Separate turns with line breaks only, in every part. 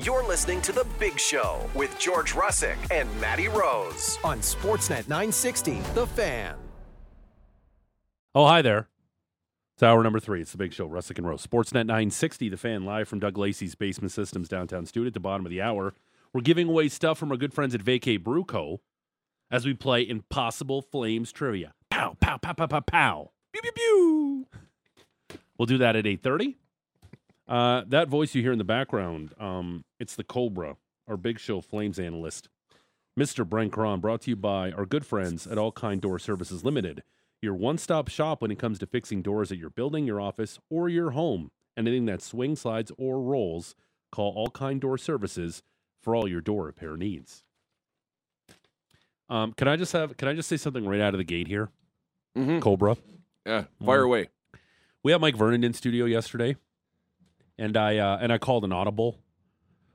You're listening to The Big Show with George Russick and Matty Rose on Sportsnet 960, The Fan.
Oh, hi there. It's hour number three. It's the big show, Russick and Rose. Sportsnet 960, the fan live from Doug Lacey's Basement Systems downtown studio at the bottom of the hour. We're giving away stuff from our good friends at Vacay Brew Co. as we play Impossible Flames Trivia. Pow, pow, pow, pow, pow, pow. Pew, pew, pew. We'll do that at 8.30. Uh, that voice you hear in the background, um, it's the Cobra, our big show Flames analyst. Mr. Brent Cron, brought to you by our good friends at All Kind Door Services Limited, your one stop shop when it comes to fixing doors at your building, your office, or your home. Anything that swings, slides, or rolls, call All Kind Door Services for all your door repair needs. Um, can I just have? Can I just say something right out of the gate here,
Mhm.
Cobra? Mm-hmm.
Yeah, fire away.
We had Mike Vernon in studio yesterday, and I uh, and I called an audible,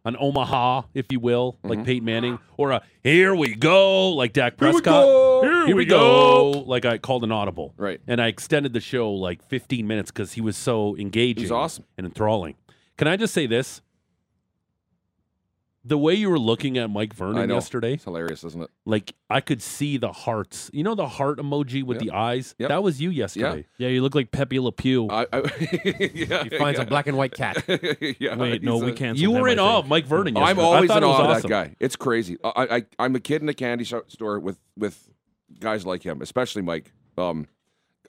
an Omaha, if you will, like Peyton Manning, or a "Here we go," like Dak
Mm-hmm. Here we
Prescott.
go. Here we
Like I called an audible,
Right.
And I extended the show like 15 minutes because he was so engaging,
It was awesome.
and enthralling. Can I just say this? The way you were looking at Mike
I
Vernon
know.
yesterday,
It's hilarious, isn't it?
like I could see the hearts. You know the heart emoji with
Yep.
the eyes.
Yep. Uh,
That was you yesterday.
Yeah, you look like Pepe Le Pew.
I, I, yeah,
he finds
yeah.
a black and white cat.
yeah,
Wait, no,
he's
we
a-
can't.
You were in awe of Mike Vernon.
Oh, I'm
yesterday.
always
I thought
in
it was
awe of
awesome.
that guy. It's crazy. I, I, I'm a kid in a candy shop store with with guys like him, especially Mike. Um,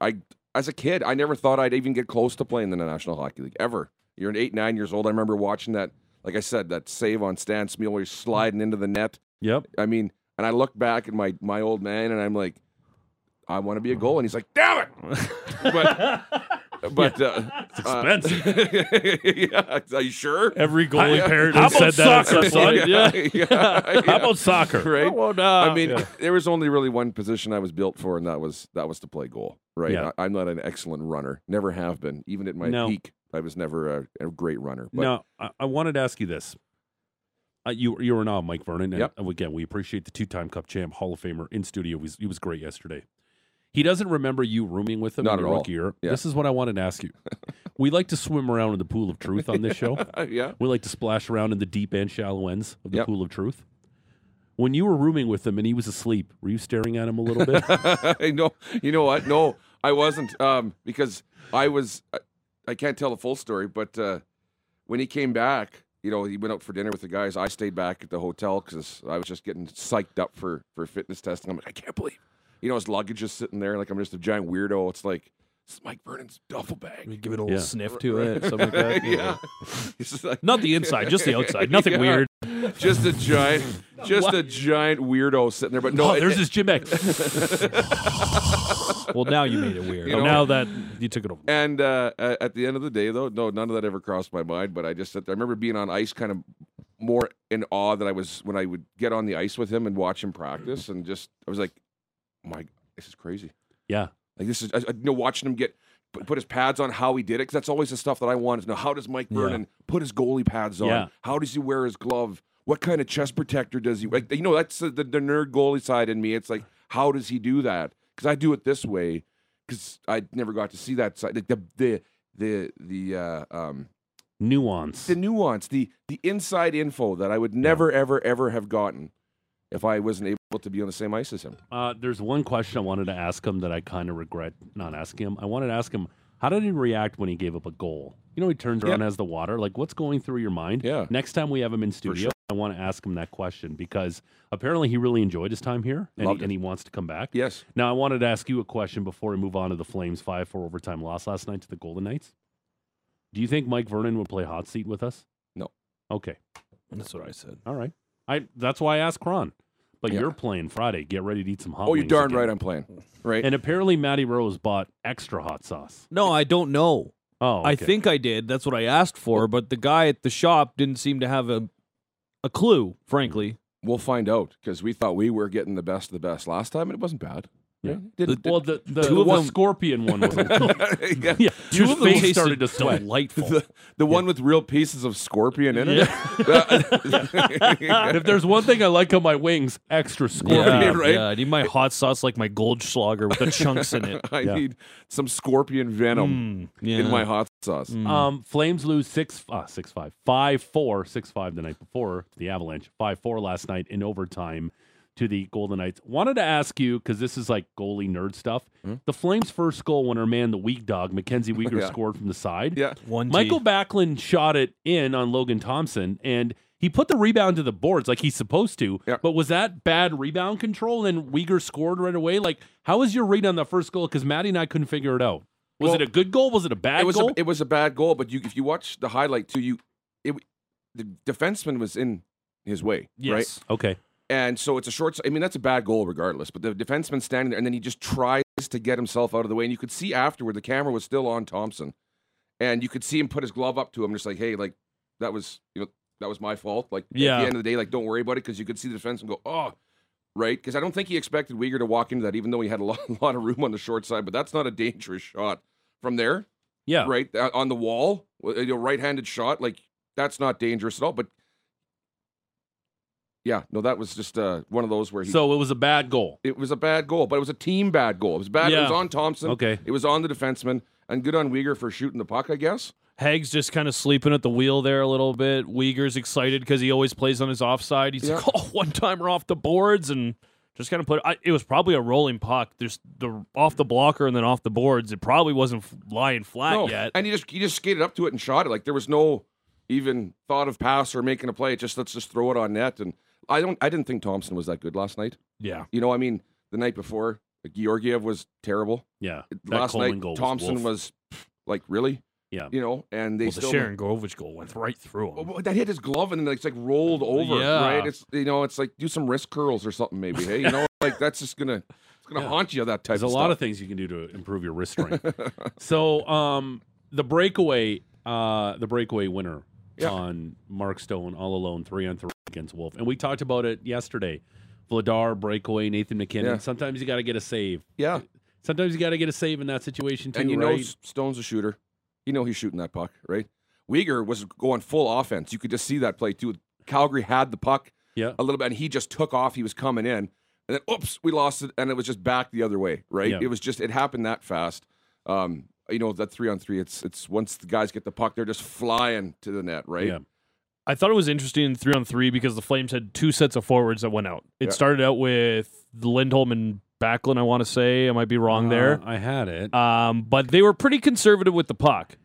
I as a kid, I never thought I'd even get close to playing in the National Hockey League ever. You're an eight, nine years old. I remember watching that. Like I said, that save on Stan Smuller sliding into the net.
Yep.
I mean, and I look back at my my old man, and I'm like, I want to be a goal, and he's like, damn it. but but uh,
It's expensive.
yeah, are you sure?
Every goalie
How-
parent
how
has
about
said that.
soccer,
at some point.
son?
Yeah.
yeah,
How about Oh, soccer?
right?
Well,
I
uh,
mean,
yeah.
there was only really one position I was built for, and that was that was to play goal. Right?
Yeah.
I, am not an excellent runner. Never have been. Even at my
No.
peak, I was never a, a great runner. But
Now, I, I wanted to ask you this. Uh, you you were in awe of Mike Vernon, and
Yep.
again, we appreciate the two-time Cup champ, Hall of Famer in studio. He was, he was great yesterday. He doesn't remember you rooming with him in
Not
your
at all.
rookie year.
Yeah.
This is what I wanted to ask you. we like to swim around in the pool of truth on this show.
Uh, yeah,
We like to splash around in the deep and shallow ends of the
Yep.
pool of truth. When you were rooming with him and he was asleep, were you staring at him a little bit?
I know. You know what? No, I wasn't. Um, because I was. I, I can't tell the full story, but uh, when he came back, you know, he went out for dinner with the guys. I stayed back at the hotel because I was just getting psyched up for for fitness testing. I'm like, I can't believe, you know, his luggage is sitting there. Like I'm just a giant weirdo. It's like it's Mike Vernon's duffel bag.
give it a little
Yeah.
sniff to it, something like that.
yeah, it's just like
Not the inside, just the outside. Nothing
Yeah.
weird.
just a giant, just a giant weirdo sitting there. But no,
oh,
it-
there's his gym bag.
Well, now you made it weird.
You know-
now that you took it over.
And uh, a- at the end of the day, though, no, none of that ever crossed my mind. But I just, sat there. I remember being on ice, kind of more in awe than I was when I would get on the ice with him and watch him practice, and just I was like, "My, this is crazy!
yeah.
Like this is, I, I- you know, watching him get put, put his pads on, how he did it, because that's always the stuff that I wanted to know. How does Mike Vernon put his goalie pads on?
Yeah.
How does he wear his glove? What kind of chest protector does he? Like, you know, that's the, the, the nerd goalie side in me. It's like, how does he do that? Because I do it this way. Because I never got to see that side, like the the the the uh, um,
Nuance.
the nuance, the the inside info that I would never ever ever have gotten if I wasn't able to be on the same ice as him.
Uh, there's one question I wanted to ask him that I kind of regret not asking him. I wanted to ask him, how did he react when he gave up a goal? You know, he turns around
Yeah.
as the water. Like, what's going through your mind?
Yeah.
Next time we have him in studio,
sure.
I want to ask him that question because apparently he really enjoyed his time here and,
Loved
he,
it.
and he wants to come back.
Yes,
Now, I wanted to ask you a question before we move on to the Flames 5 4 overtime loss last night to the Golden Knights. Do you think Mike Vernon would play hot seat with us?
No.
Okay.
That's what I said.
All right. I That's why I asked Kron. But
Yeah.
you're playing Friday. Get ready to eat some hot
oh, you're
wings
darn
again.
right. I'm playing right.
And apparently, Matty Rose bought extra hot sauce.
No, I don't know.
Oh,
I
okay.
think I did. That's what I asked for, but the guy at the shop didn't seem to have a a clue, frankly.
We'll find out because we thought we were getting the best of the best last time, and it wasn't bad.
Yeah.
Didn't-
Well, the the,
Two of
the
them-
scorpion one was. A little,
didn't- yeah.
yeah,
Two
his
of them
face
tasted
started to sweat.
delightful.
The, the one with real pieces of scorpion in it.
if there's one thing I like on my wings, extra scorpion.
yeah,
right?
yeah, I need my hot sauce like my Goldschlager with the chunks in it.
I
Yeah. Hmm,
need some scorpion venom
Yeah.
in my hot sauce.
Um, Flames lose six, uh, six five, five four, six five the night before to the Avalanche, five four last night in overtime to the Golden Knights. Wanted to ask you because this is like goalie nerd stuff. The Flames' first goal when our man, the Weak Dog, Mackenzie Weegar,
Hmm? Oh, Yeah.
scored from the side.
Yeah.
One
Michael Backlund shot it in on Logan Thompson, and he put the rebound to the boards like he's supposed to.
Yeah.
But was that bad rebound control? And Uyghur scored right away. Like, how was your read on the first goal? Because Maddie and I couldn't figure it out. Was
Well,
it a good goal? Was it a bad
it was
goal?
A, it was a bad goal, but you if you watch the highlight too, you it the defenseman was in his way, right?
Yes.
okay.
And so it's a short. I mean, that's a bad goal regardless. But the defenseman's standing there, and then he just tries to get himself out of the way, and you could see afterward the camera was still on Thompson, and you could see him put his glove up to him, just like, hey, like that was you know that was my fault. Like at
Yeah.
the end of the day, like don't worry about it, because you could see the defenseman go, oh. Right, because I don't think he expected Uyghur to walk into that, even though he had a lot, lot of room on the short side. But that's not a dangerous shot. From there,
Yeah.
right uh, on the wall with a right-handed shot like that's not dangerous at all but yeah no that was just uh, one of those where he
So it was a bad goal.
it was a bad goal but it was a team bad goal it was bad it was
Yeah.
on thompson
Okay.
it was on the defenseman and good on Uyghur for shooting the puck i guess
Hag's just kind of sleeping at the wheel there a little bit. Uyghur's excited because he always plays on his offside. He's
Yeah.
like, oh, one time we're off the boards and just kind of put. I, it was probably a rolling puck. There's the off the blocker and then off the boards. It probably wasn't f- lying flat
no
yet.
and he just he just skated up to it and shot it like there was no even thought of pass or making a play It just let's just throw it on net and i don't i didn't think thompson was that good last night
yeah,
you know i mean the night before Georgiev was terrible
Yeah. That
last
Coleman
night
goal was
Thompson
wolf.
was pff, like really,
Yeah.
you know, and they
well, the
still
Sharon Govich goal went right through him.
Oh, well, that hit his glove and then it's like rolled over,
Yeah.
right? It's you know, it's like do some wrist curls or something maybe. Hey, you know, like that's just gonna it's gonna
Yeah.
haunt you that type.
There's a
of
lot of
stuff.
things you can do to improve your wrist strength. so um, the breakaway, uh, the breakaway winner
Yeah.
on Mark Stone, all alone, three on three against Wolf, and we talked about it yesterday. Vladar breakaway, Nathan McKinnon.
Yeah.
Sometimes you got to get a save.
yeah.
Sometimes you got to get a save in that situation too,
and you know
right?
S- Stone's a shooter. You know he's shooting that puck, right? Uyghur was going full offense. You could just see that play too. Calgary had the puck
yeah,
a little bit, and he just took off. He was coming in, and then oops, we lost it, and it was just back the other way, right?
Yeah.
It was just it happened that fast. Um, you know that three on three. It's it's once the guys get the puck, they're just flying to the net, right?
yeah,
I thought it was interesting in three on three because the Flames had two sets of forwards that went out. It
Yeah.
started out with Lindholm and Backlund. I want to say I might be
Ah,
wrong there.
Uh, I had it.
Um, but they were pretty conservative with the puck.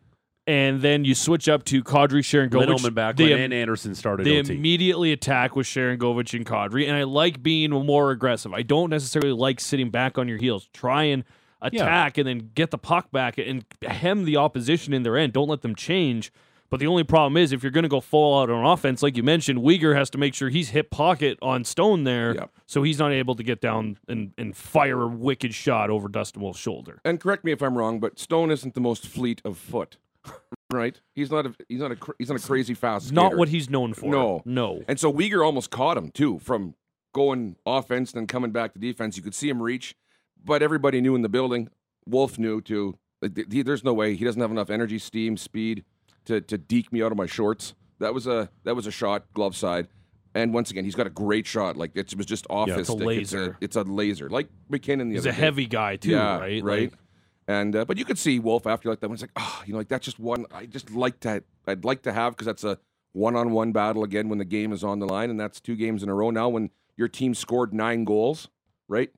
And then you switch up to Kadri Sharon
Lindholm
Govich.
and Backlund
They,
and Anderson started
they
OT.
immediately attack with Sharon Govich and Kadri. And I like being more aggressive. I don't necessarily like sitting back on your heels. Try and attack and then get the puck back and hem the opposition in their end. Don't let them change. But the only problem is if you're going to go full out on offense, like you mentioned, Uyghur has to make sure he's hit pocket on Stone there.
Yeah.
So he's not able to get down and, and fire a wicked shot over Dustin Wolf's shoulder.
And correct me if I'm wrong, but Stone isn't the most fleet of foot, right? He's not a he's not a cr- he's not a crazy fast.
It's not
skater.
what he's known for.
No.
No.
And so Uyghur almost caught him too from going offense and then coming back to defense. You could see him reach, but everybody knew in the building. Wolf knew too. Like, th- he- there's no way he doesn't have enough energy, steam, speed to to deke me out of my shorts. That was a that was a shot glove side. And once again, he's got a great shot. Like it was just off
Yeah,
his
it's a
stick.
laser.
It's a, it's a laser, like McKinnon the
He's
other
a
day.
heavy guy too,
yeah,
right?
Right.
Like,
and uh, but you could see Wolf after like that one's like, oh, you know, like that's just one I just like to I'd like to have because that's a one-on-one battle again when the game is on the line, and that's two games in a row now when your team scored nine goals, right?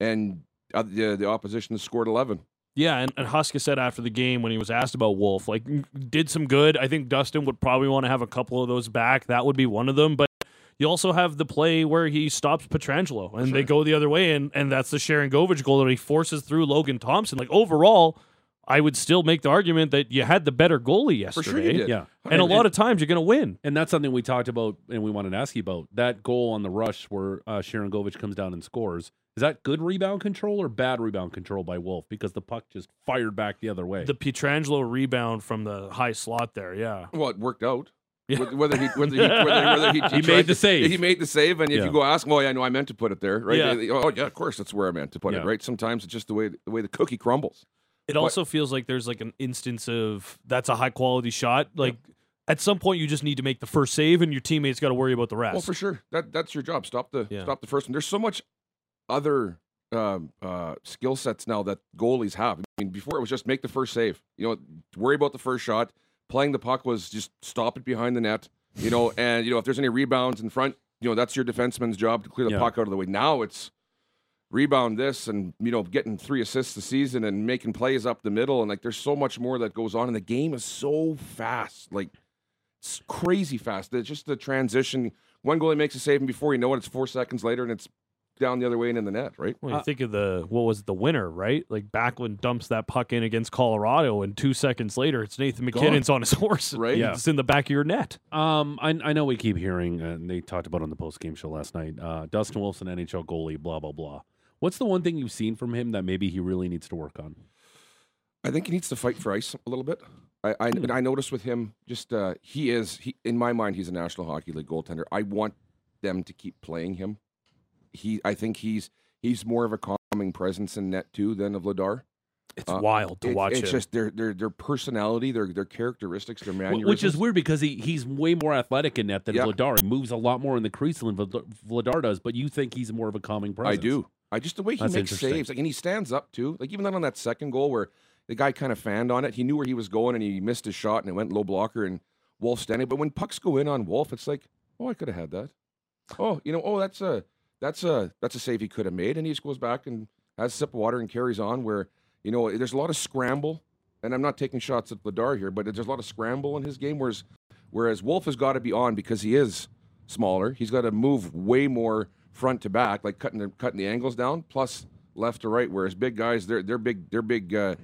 And uh, the the opposition has scored eleven.
yeah, and, and Huska said after the game when he was asked about Wolf, like "Mm, did some good. I think Dustin would probably want to have a couple of those back. That would be one of them, but you also have the play where he stops Petrangelo and they go the other way and and that's the Sharon Govich goal that he forces through Logan Thompson. Like overall, I would still make the argument that you had the better goalie
For
yesterday.
sure you did.
yeah,
And a lot of times you're going to win.
and that's something we talked about, and we wanted to ask you about that goal on the rush where uh, Sharon Govich comes down and scores. Is that good rebound control or bad rebound control by Wolf? Because the puck just fired back the other way.
The Pietrangelo rebound from the high slot there, yeah.
Well, it worked out.
Yeah.
Wh- Whether he whether he whether, whether he,
He
tried
made the
to-
save.
He made the save, and if
Yeah.
you go ask him, oh yeah, no, I meant to put it there, right?
Yeah.
They- Oh yeah, of course, that's where I meant to put
Yeah.
it, right? Sometimes it's just the way the way the cookie crumbles.
It
But-
also feels like there's like an instance of that's a high quality shot. Like at some point, you just need to make the first save, and your teammates got to worry about the rest.
Well, for sure. That that's your job. Stop the
Yeah.
stop the first one. There's so much other um, uh, skill sets now that goalies have. I mean, before it was just make the first save. You know, worry about the first shot. Playing the puck was just stop it behind the net. You know, and you know if there's any rebounds in front, you know that's your defenseman's job to clear the
Yeah.
puck out of the way. Now it's rebound this and you know getting three assists the season and making plays up the middle and like there's so much more that goes on and the game is so fast like it's crazy fast it's just the transition one goalie makes a save and before you know it it's four seconds later and it's down the other way and in the net right
Well, you
Uh,
think of the what was it, the winner, right? Like Backlund dumps that puck in against Colorado, and two seconds later, it's Nathan
Gone.
McKinnon's on his horse.
Right?
Yeah.
it's in the back of your net.
Um, I, I know we keep hearing, uh, and they talked about it on the post game show last night. Uh, Dustin Wilson, NHL goalie, blah blah blah. What's the one thing you've seen from him that maybe he really needs to work on?
I think he needs to fight for ice a little bit. I I, and I noticed with him, just uh, he is he in my mind he's a National Hockey League goaltender. I want them to keep playing him. He I think he's he's more of a calming presence in net too than of Ladar.
It's
Uh,
wild to
It-
watch
it's
him.
just their their their personality, their their characteristics, their
Wh-
mannerisms.
Which is weird because he, he's way more athletic in net than
Yeah.
Vladar. He moves a lot more in the crease than Vlad- Vladar does, but you think he's more of a calming
I
presence.
do. I just the way he
That's
makes
interesting.
saves, like, and he stands up too. Like even then on that second goal where the guy kind of fanned on it, he knew where he was going and he missed his shot and it went low blocker and Wolf standing. But when pucks go in on Wolf, it's like, oh, I could have had that. Oh, you know, oh that's a that's a that's a save he could have made, and he just goes back and has a sip of water and carries on. Where you know there's a lot of scramble, and I'm not taking shots at Vladar here, but there's a lot of scramble in his game. Whereas whereas Wolf has got to be on because he is smaller. He's got to move way more front to back, like cutting the cutting the angles down, plus left to right. Whereas big guys, they're they're big they're big. Uh,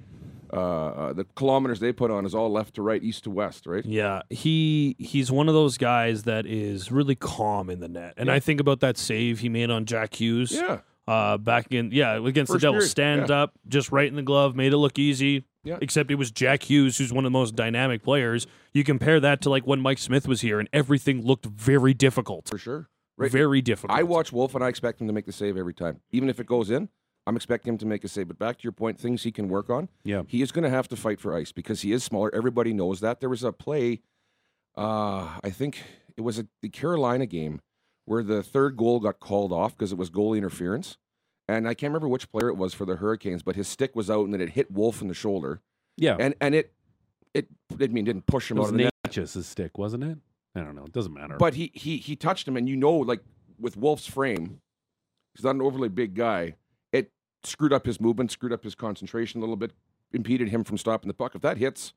uh, uh, the kilometers they put on is all left to right, east to west, right?
Yeah, he he's one of those guys that is really calm in the net, and I think about that save he made on Jack Hughes.
Yeah,
Uh, back in yeah against
First
the Devils,
period,
stand up, just right in the glove, made it look easy.
Yeah.
Except it was Jack Hughes, who's one of the most dynamic players. You compare that to like when Mike Smith was here, and everything looked very difficult,
for sure. Right.
very difficult.
I watch Wolf and I expect him to make the save every time. Even if it goes in, I'm expecting him to make a save. But back to your point, things he can work on.
Yeah.
He is going to have to fight for ice because he is smaller. Everybody knows that. There was a play, uh, I think it was a, the Carolina game where the third goal got called off because it was goalie interference. And I can't remember which player it was for the Hurricanes, but his stick was out and then it hit Wolf in the shoulder.
Yeah.
And and it, it, I mean, didn't push
it
him out
was
of the net.
Natchez's stick, wasn't it? I don't know. It doesn't matter.
But he he he touched him, and you know, like with Wolf's frame, he's not an overly big guy. It screwed up his movement, screwed up his concentration a little bit, impeded him from stopping the puck. If that hits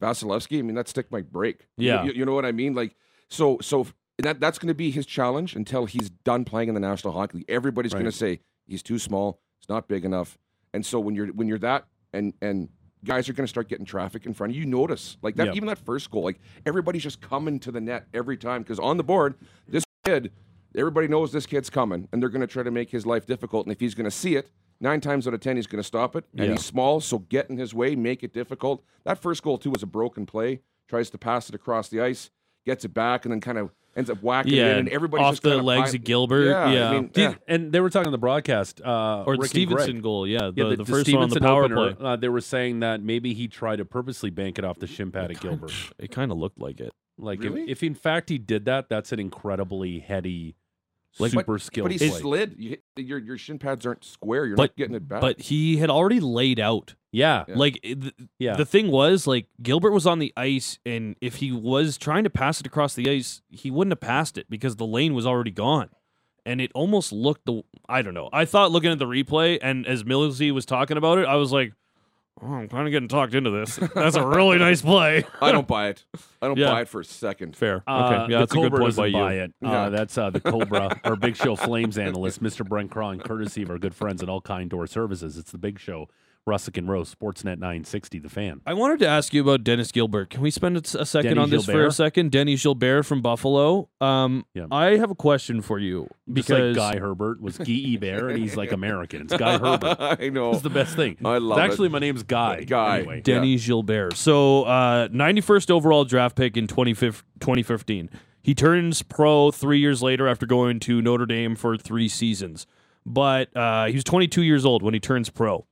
Vasilevsky, I mean, that stick might break. You-
Yeah.
you, you know what I mean. Like so so that that's going to be his challenge until he's done playing in the National Hockey League. Everybody's going
Right.
to say he's too small, he's not big enough, and so when you're when you're that and and guys are going to start getting traffic in front of you. You Notice like that,
Yeah.
even that first goal, like everybody's just coming to the net every time because on the board, this kid, everybody knows this kid's coming, and they're going to try to make his life difficult. And if he's going to see it, nine times out of ten, he's going to stop it. And
Yeah.
he's small, so get in his way, make it difficult. That first goal too was a broken play. Tries to pass it across the ice, gets it back, and then kind of ends up whacking it
yeah,
in. And everybody's
off
just
the
kinda
legs
pile-
of Gilbert.
Yeah,
Yeah,
I mean,
Did-
yeah.
And they were talking on the broadcast. Uh,
or
Rick
the
and
Stevenson
Greg.
goal. Yeah, the,
Yeah,
the, first one on the power
opener,
play.
Uh, they were saying that maybe he tried to purposely bank it off the shin pad at Gilbert.
It kind of looked like it.
Like,
Really?
if, if in fact he did that, that's an incredibly heady,
Like-
super
but,
skilled
But he
play.
slid. You hit- your your shin pads aren't square. You're
But-
not getting it back.
But he had already laid out.
yeah,
Yeah.
Like it- th-
yeah.
the thing was, like Gilbert was on the ice, and if he was trying to pass it across the ice, he wouldn't have passed it because the lane was already gone. And it almost looked the I don't know. I thought looking at the replay, and as Millsy was talking about it, I was like, oh, I'm kind of getting talked into this. That's a really nice play.
I don't buy it. I don't
Yeah.
buy it for a second.
Fair. Okay.
Uh,
yeah, that's
the
a
Cobra
good point
doesn't
by you.
buy it. Uh,
Yeah.
That's uh, the Cobra, our Big Show Flames analyst, Mr. Brent Cron, courtesy of our good friends at All Kind Door Services. It's the Big Show, Russick and Rose, Sportsnet 960, the fan.
I wanted to ask you about Dennis Gilbert. Can we spend a s- a second
Denny
on this for a
Gilbert?
second? Denny Gilbert from Buffalo. Um,
Yeah.
I have a question for you because
Just like Guy Herbert was Guy Bear, and he's like American. It's Guy Herbert.
I know.
It's the best thing.
I love
it's
it.
actually, my name's Guy.
Guy.
Anyway.
Yeah.
Denny Gilbert. So, uh, 91st overall draft pick in 25 2015. He turns pro three years later after going to Notre Dame for three seasons. But uh, he was 22 years old when he turns pro.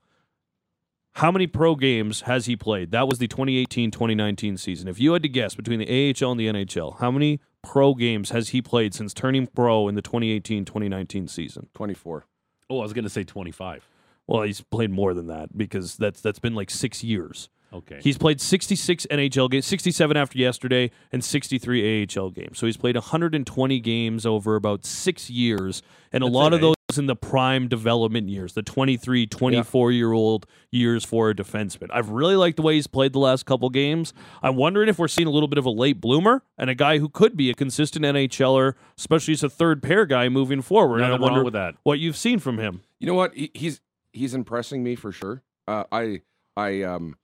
How many pro games has he played? That was the 2018 2019 season. If you had to guess between the AHL and the NHL, how many pro games has he played since turning pro in the 2018 2019 season?
24.
Oh, I was going to say 25.
Well, he's played more than that because that's that's been like six years.
Okay.
He's played 66 NHL games, 67 after yesterday, and 63 AHL games. So he's played 120 games over about six years, and a lot of
alright.
those in the prime development years, the 23, 24 year old years for a defenseman. I've really liked the way he's played the last couple games. I'm wondering if we're seeing a little bit of a late bloomer and a guy who could be a consistent NHLer, especially as a third pair guy moving forward. And I
Nothing wrong
wonder
with that.
what you've seen from him.
You know what? He, he's he's impressing me for sure. Uh, I I um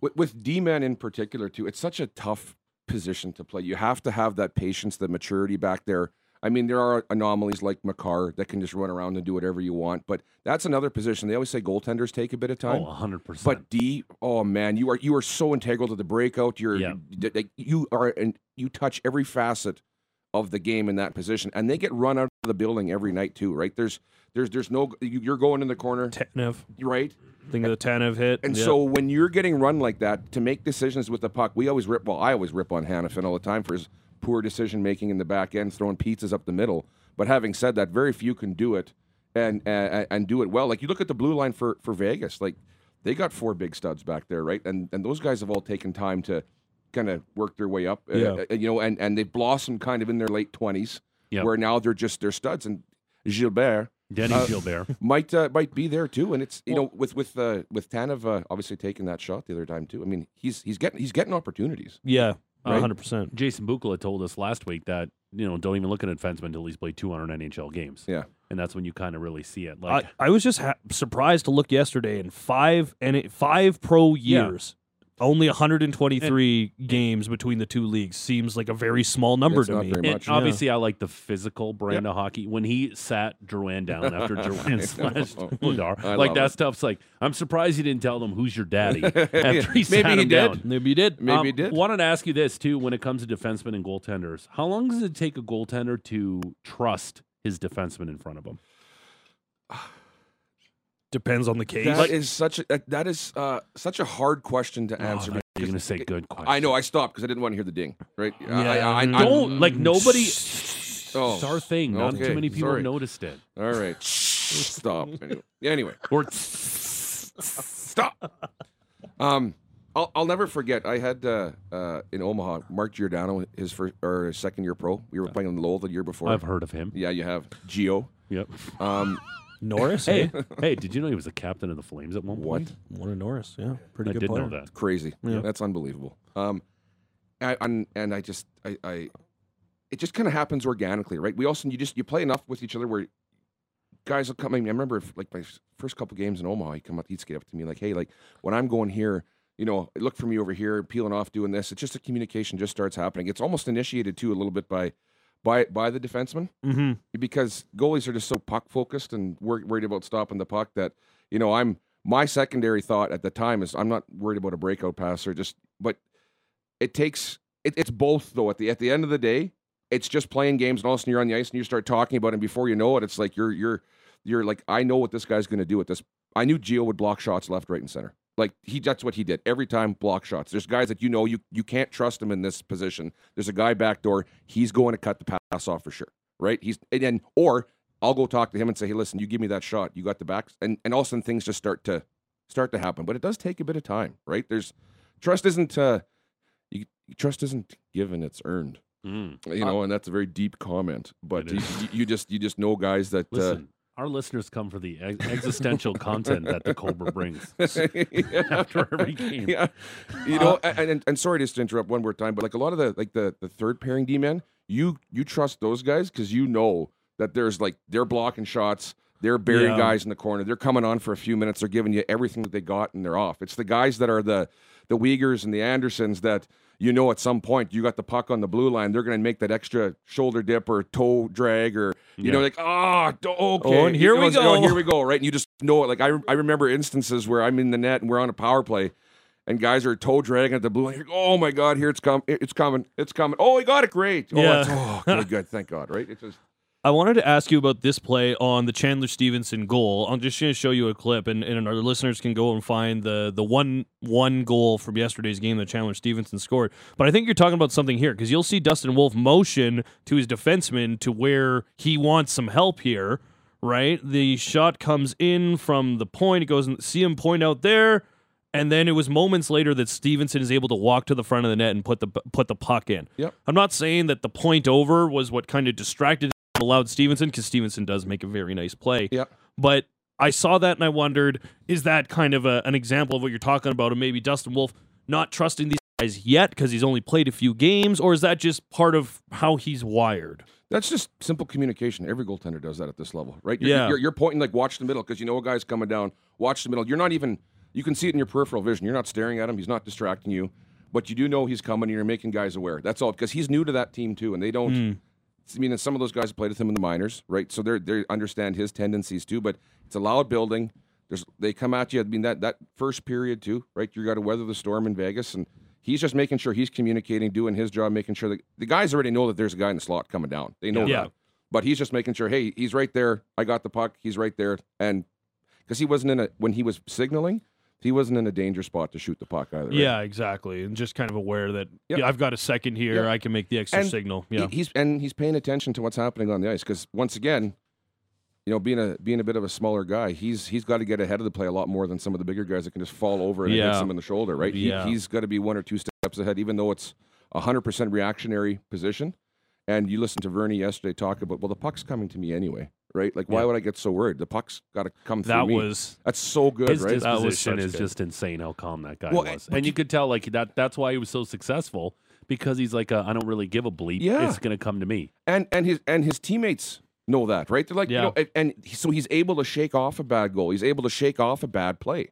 with, with D men in particular too. It's such a tough position to play. You have to have that patience, the maturity back there. I mean, there are anomalies like Makar that can just run around and do whatever you want, but that's another position. They always say goaltenders take a bit of
Oh,
time.
100%.
But D, oh man, you are you are so integral to the breakout. You're
Yeah.
d- like, you are and you touch every facet of the game in that position, and they get run out of the building every night too. Right? There's there's there's no you- you're going in the corner,
Tanev.
right?
Think of the Tanev hit.
And
Yeah.
so when you're getting run like that to make decisions with the puck, we always rip. Well, I always rip on Hannafin all the time for his poor decision making in the back end, throwing pizzas up the middle. But having said that, very few can do it and and, and do it well. Like you look at the blue line for for Vegas, like they got four big studs back there, right? And and those guys have all taken time to kind of work their way up, uh,
Yeah.
uh, you know, and and they blossomed kind of in their late twenties,
Yep.
where now they're just they're studs and. Gilbert,
Denny
uh,
Gilbert.
might uh, might be there too, and it's you know with with uh, with Tanev uh, obviously taking that shot the other time too. I mean he's he's getting he's getting opportunities.
Yeah,
Right?
100%.
Jason Bukla told us last week that, you know, don't even look at a defenseman until he's played 200 NHL games.
Yeah.
And that's when you kind of really see it. Like,
I, I was just ha- surprised to look yesterday in five and it, five pro
Yeah.
years, only 123 games between the two leagues seems like a very small number
It's
to
not
me.
very
And
much.
obviously, I like the physical brand of hockey. When he sat Duran down after Duran slashed
know.
Vladar,
Oh, I
like
love
that
it.
stuff's like, I'm surprised you didn't tell them who's your daddy after he
Maybe
sat
he
him
did.
down.
Maybe you did.
Maybe
Um,
he did.
Wanted to ask you this too. When it comes to defensemen and goaltenders, how long does it take a goaltender to trust his defenseman in front of him?
Depends on the case.
That is such a that is uh, such a hard question to answer.
Oh, you're
because-
gonna say good question.
I know I stopped because I didn't want to hear the ding. Right? I-
Yeah.
I, I, I,
Don't like nobody.
Oh,
It's our thing. Not
okay,
too many people
sorry.
noticed it.
All right, stop. Anyway, anyway
Or
stop. Um, I'll, I'll never forget. I had uh, uh, in Omaha Mark Giordano, his first or his second year pro. We were playing in Lowell the year before.
I've heard of him.
Yeah, you have Geo.
Yep.
Um,
Norris.
Hey,
Hey,
hey, did you know he was the captain of the Flames at one point?
what?
one of Norris. Yeah, pretty
I
good
did
player.
know that.
Crazy.
Yeah.
That's unbelievable. Um, I, and, and I just, I, I it just kind of happens organically, right? We also, you just, you play enough with each other where guys will come. I, mean, I remember if, like my f- first couple games in Omaha, he come up, he'd get up to me like, hey, like when I'm going here, you know, look for me over here, peeling off, doing this. It's just a communication just starts happening. It's almost initiated too a little bit by, by, by the defenseman.
Mm-hmm.
because goalies are just so puck focused and wor- worried about stopping the puck that you know I'm my secondary thought at the time is I'm not worried about a breakout pass or just but it takes it, it's both though at the at the end of the day it's just playing games and all of a sudden you're on the ice and you start talking about it and before you know it it's like you're you're you're like I know what this guy's going to do with this I knew Gio would block shots left right and center like he that's what he did every time block shots there's guys that you know you you can't trust him in this position there's a guy back door he's going to cut the pass off for sure right? He's and then or I'll go talk to him and say, hey, listen, you give me that shot, you got the back, and and all of a sudden things just start to start to happen. But it does take a bit of time, right? There's trust isn't uh, you, trust isn't given; it's earned,
Mm.
you know. and that's a very deep comment, but
It
you,
is.
you- you just you just know guys that. Uh,
Listen, our listeners come for the ex- existential content that the Cobra brings.
after
every game.
yeah, you know, a- and, and and sorry just to interrupt one more time, but like a lot of the like the the third pairing D men, you you trust those guys because you know that there's like they're blocking shots, they're burying
Yeah.
guys in the corner, they're coming on for a few minutes, they're giving you everything that they got, and they're off. It's the guys that are the the Uyghurs and the Andersons that you know at some point you got the puck on the blue line, they're going to make that extra shoulder dip or toe drag or you know
Yeah.
like ah d- okay,
and here
You
we
know, it's, oh,
go.
here we go, right? And you just know it. Like I, I remember instances where I'm in the net and we're on a power play, and guys are toe dragging at the blue line. You're like, oh my god, here it's coming, it's coming, it's coming. Oh, he got it, great. Oh,
Yeah.
it's, oh good, good, thank God, right? It's just
I wanted to ask you about this play on the Chandler Stevenson goal. I'm just going to show you a clip, and, and our listeners can go and find the the one one goal from yesterday's game that Chandler Stevenson scored. But I think you're talking about something here because you'll see Dustin Wolf motion to his defenseman to where he wants some help here, right? The shot comes in from the point. It goes and see him point out there, and then it was moments later that Stevenson is able to walk to the front of the net and put the put the puck in.
Yep.
I'm not saying that the point over was what kind of distracted and allowed Stevenson because Stevenson does make a very nice play.
Yep.
But I saw that and I wondered, is that kind of a, an example of what you're talking about, and maybe Dustin Wolf not trusting these guys yet because he's only played a few games, or is that just part of how he's wired?
That's just simple communication. Every goaltender does that at this level, right? You're,
Yeah.
You're, you're pointing like watch the middle because you know a guy's coming down. Watch the middle. You're not even. You can see it in your peripheral vision. You're not staring at him. He's not distracting you, but you do know he's coming. and You're making guys aware. That's all because he's new to that team too, and they don't.
Hmm.
I mean, and some of those guys played with him in the minors, right? So they they understand his tendencies too. But it's a loud building. There's they come at you. I mean that that first period too, right? You got to weather the storm in Vegas, and he's just making sure he's communicating, doing his job, making sure that the guys already know that there's a guy in the slot coming down. They know
Yeah.
that, but he's just making sure, hey, he's right there. I got the puck. He's right there, and because he wasn't in a when he was signaling, he wasn't in a danger spot to shoot the puck either. right?
Yeah, exactly. And just kind of aware that
Yep.
yeah, I've got a second here.
Yep.
I can make the extra
And
signal.
He-
Yeah.
he's and he's paying attention to what's happening on the ice because once again, you know, being a being a bit of a smaller guy, he's he's got to get ahead of the play a lot more than some of the bigger guys that can just fall over and it hits
Yeah.
him in the shoulder, right?
Yeah.
He, he's got to be one or two steps ahead, even though it's a hundred percent reactionary position. And you listened to Vernie yesterday talk about, well, the puck's coming to me anyway, right? Like, why would I get so worried? The puck's got to come through
that
me.
was
that's so good,
His
right?
That was
disposition
such
is
good.
just insane. How calm that guy
Well,
was,
but
and you could tell like that. That's why he was so successful because he's like, I I don't really give a bleep.
Yeah.
it's gonna come to me.
and and his and his teammates know that, right? They're like,
Yeah.
you know, and, and he- so he's able to shake off a bad goal. He's able to shake off a bad play.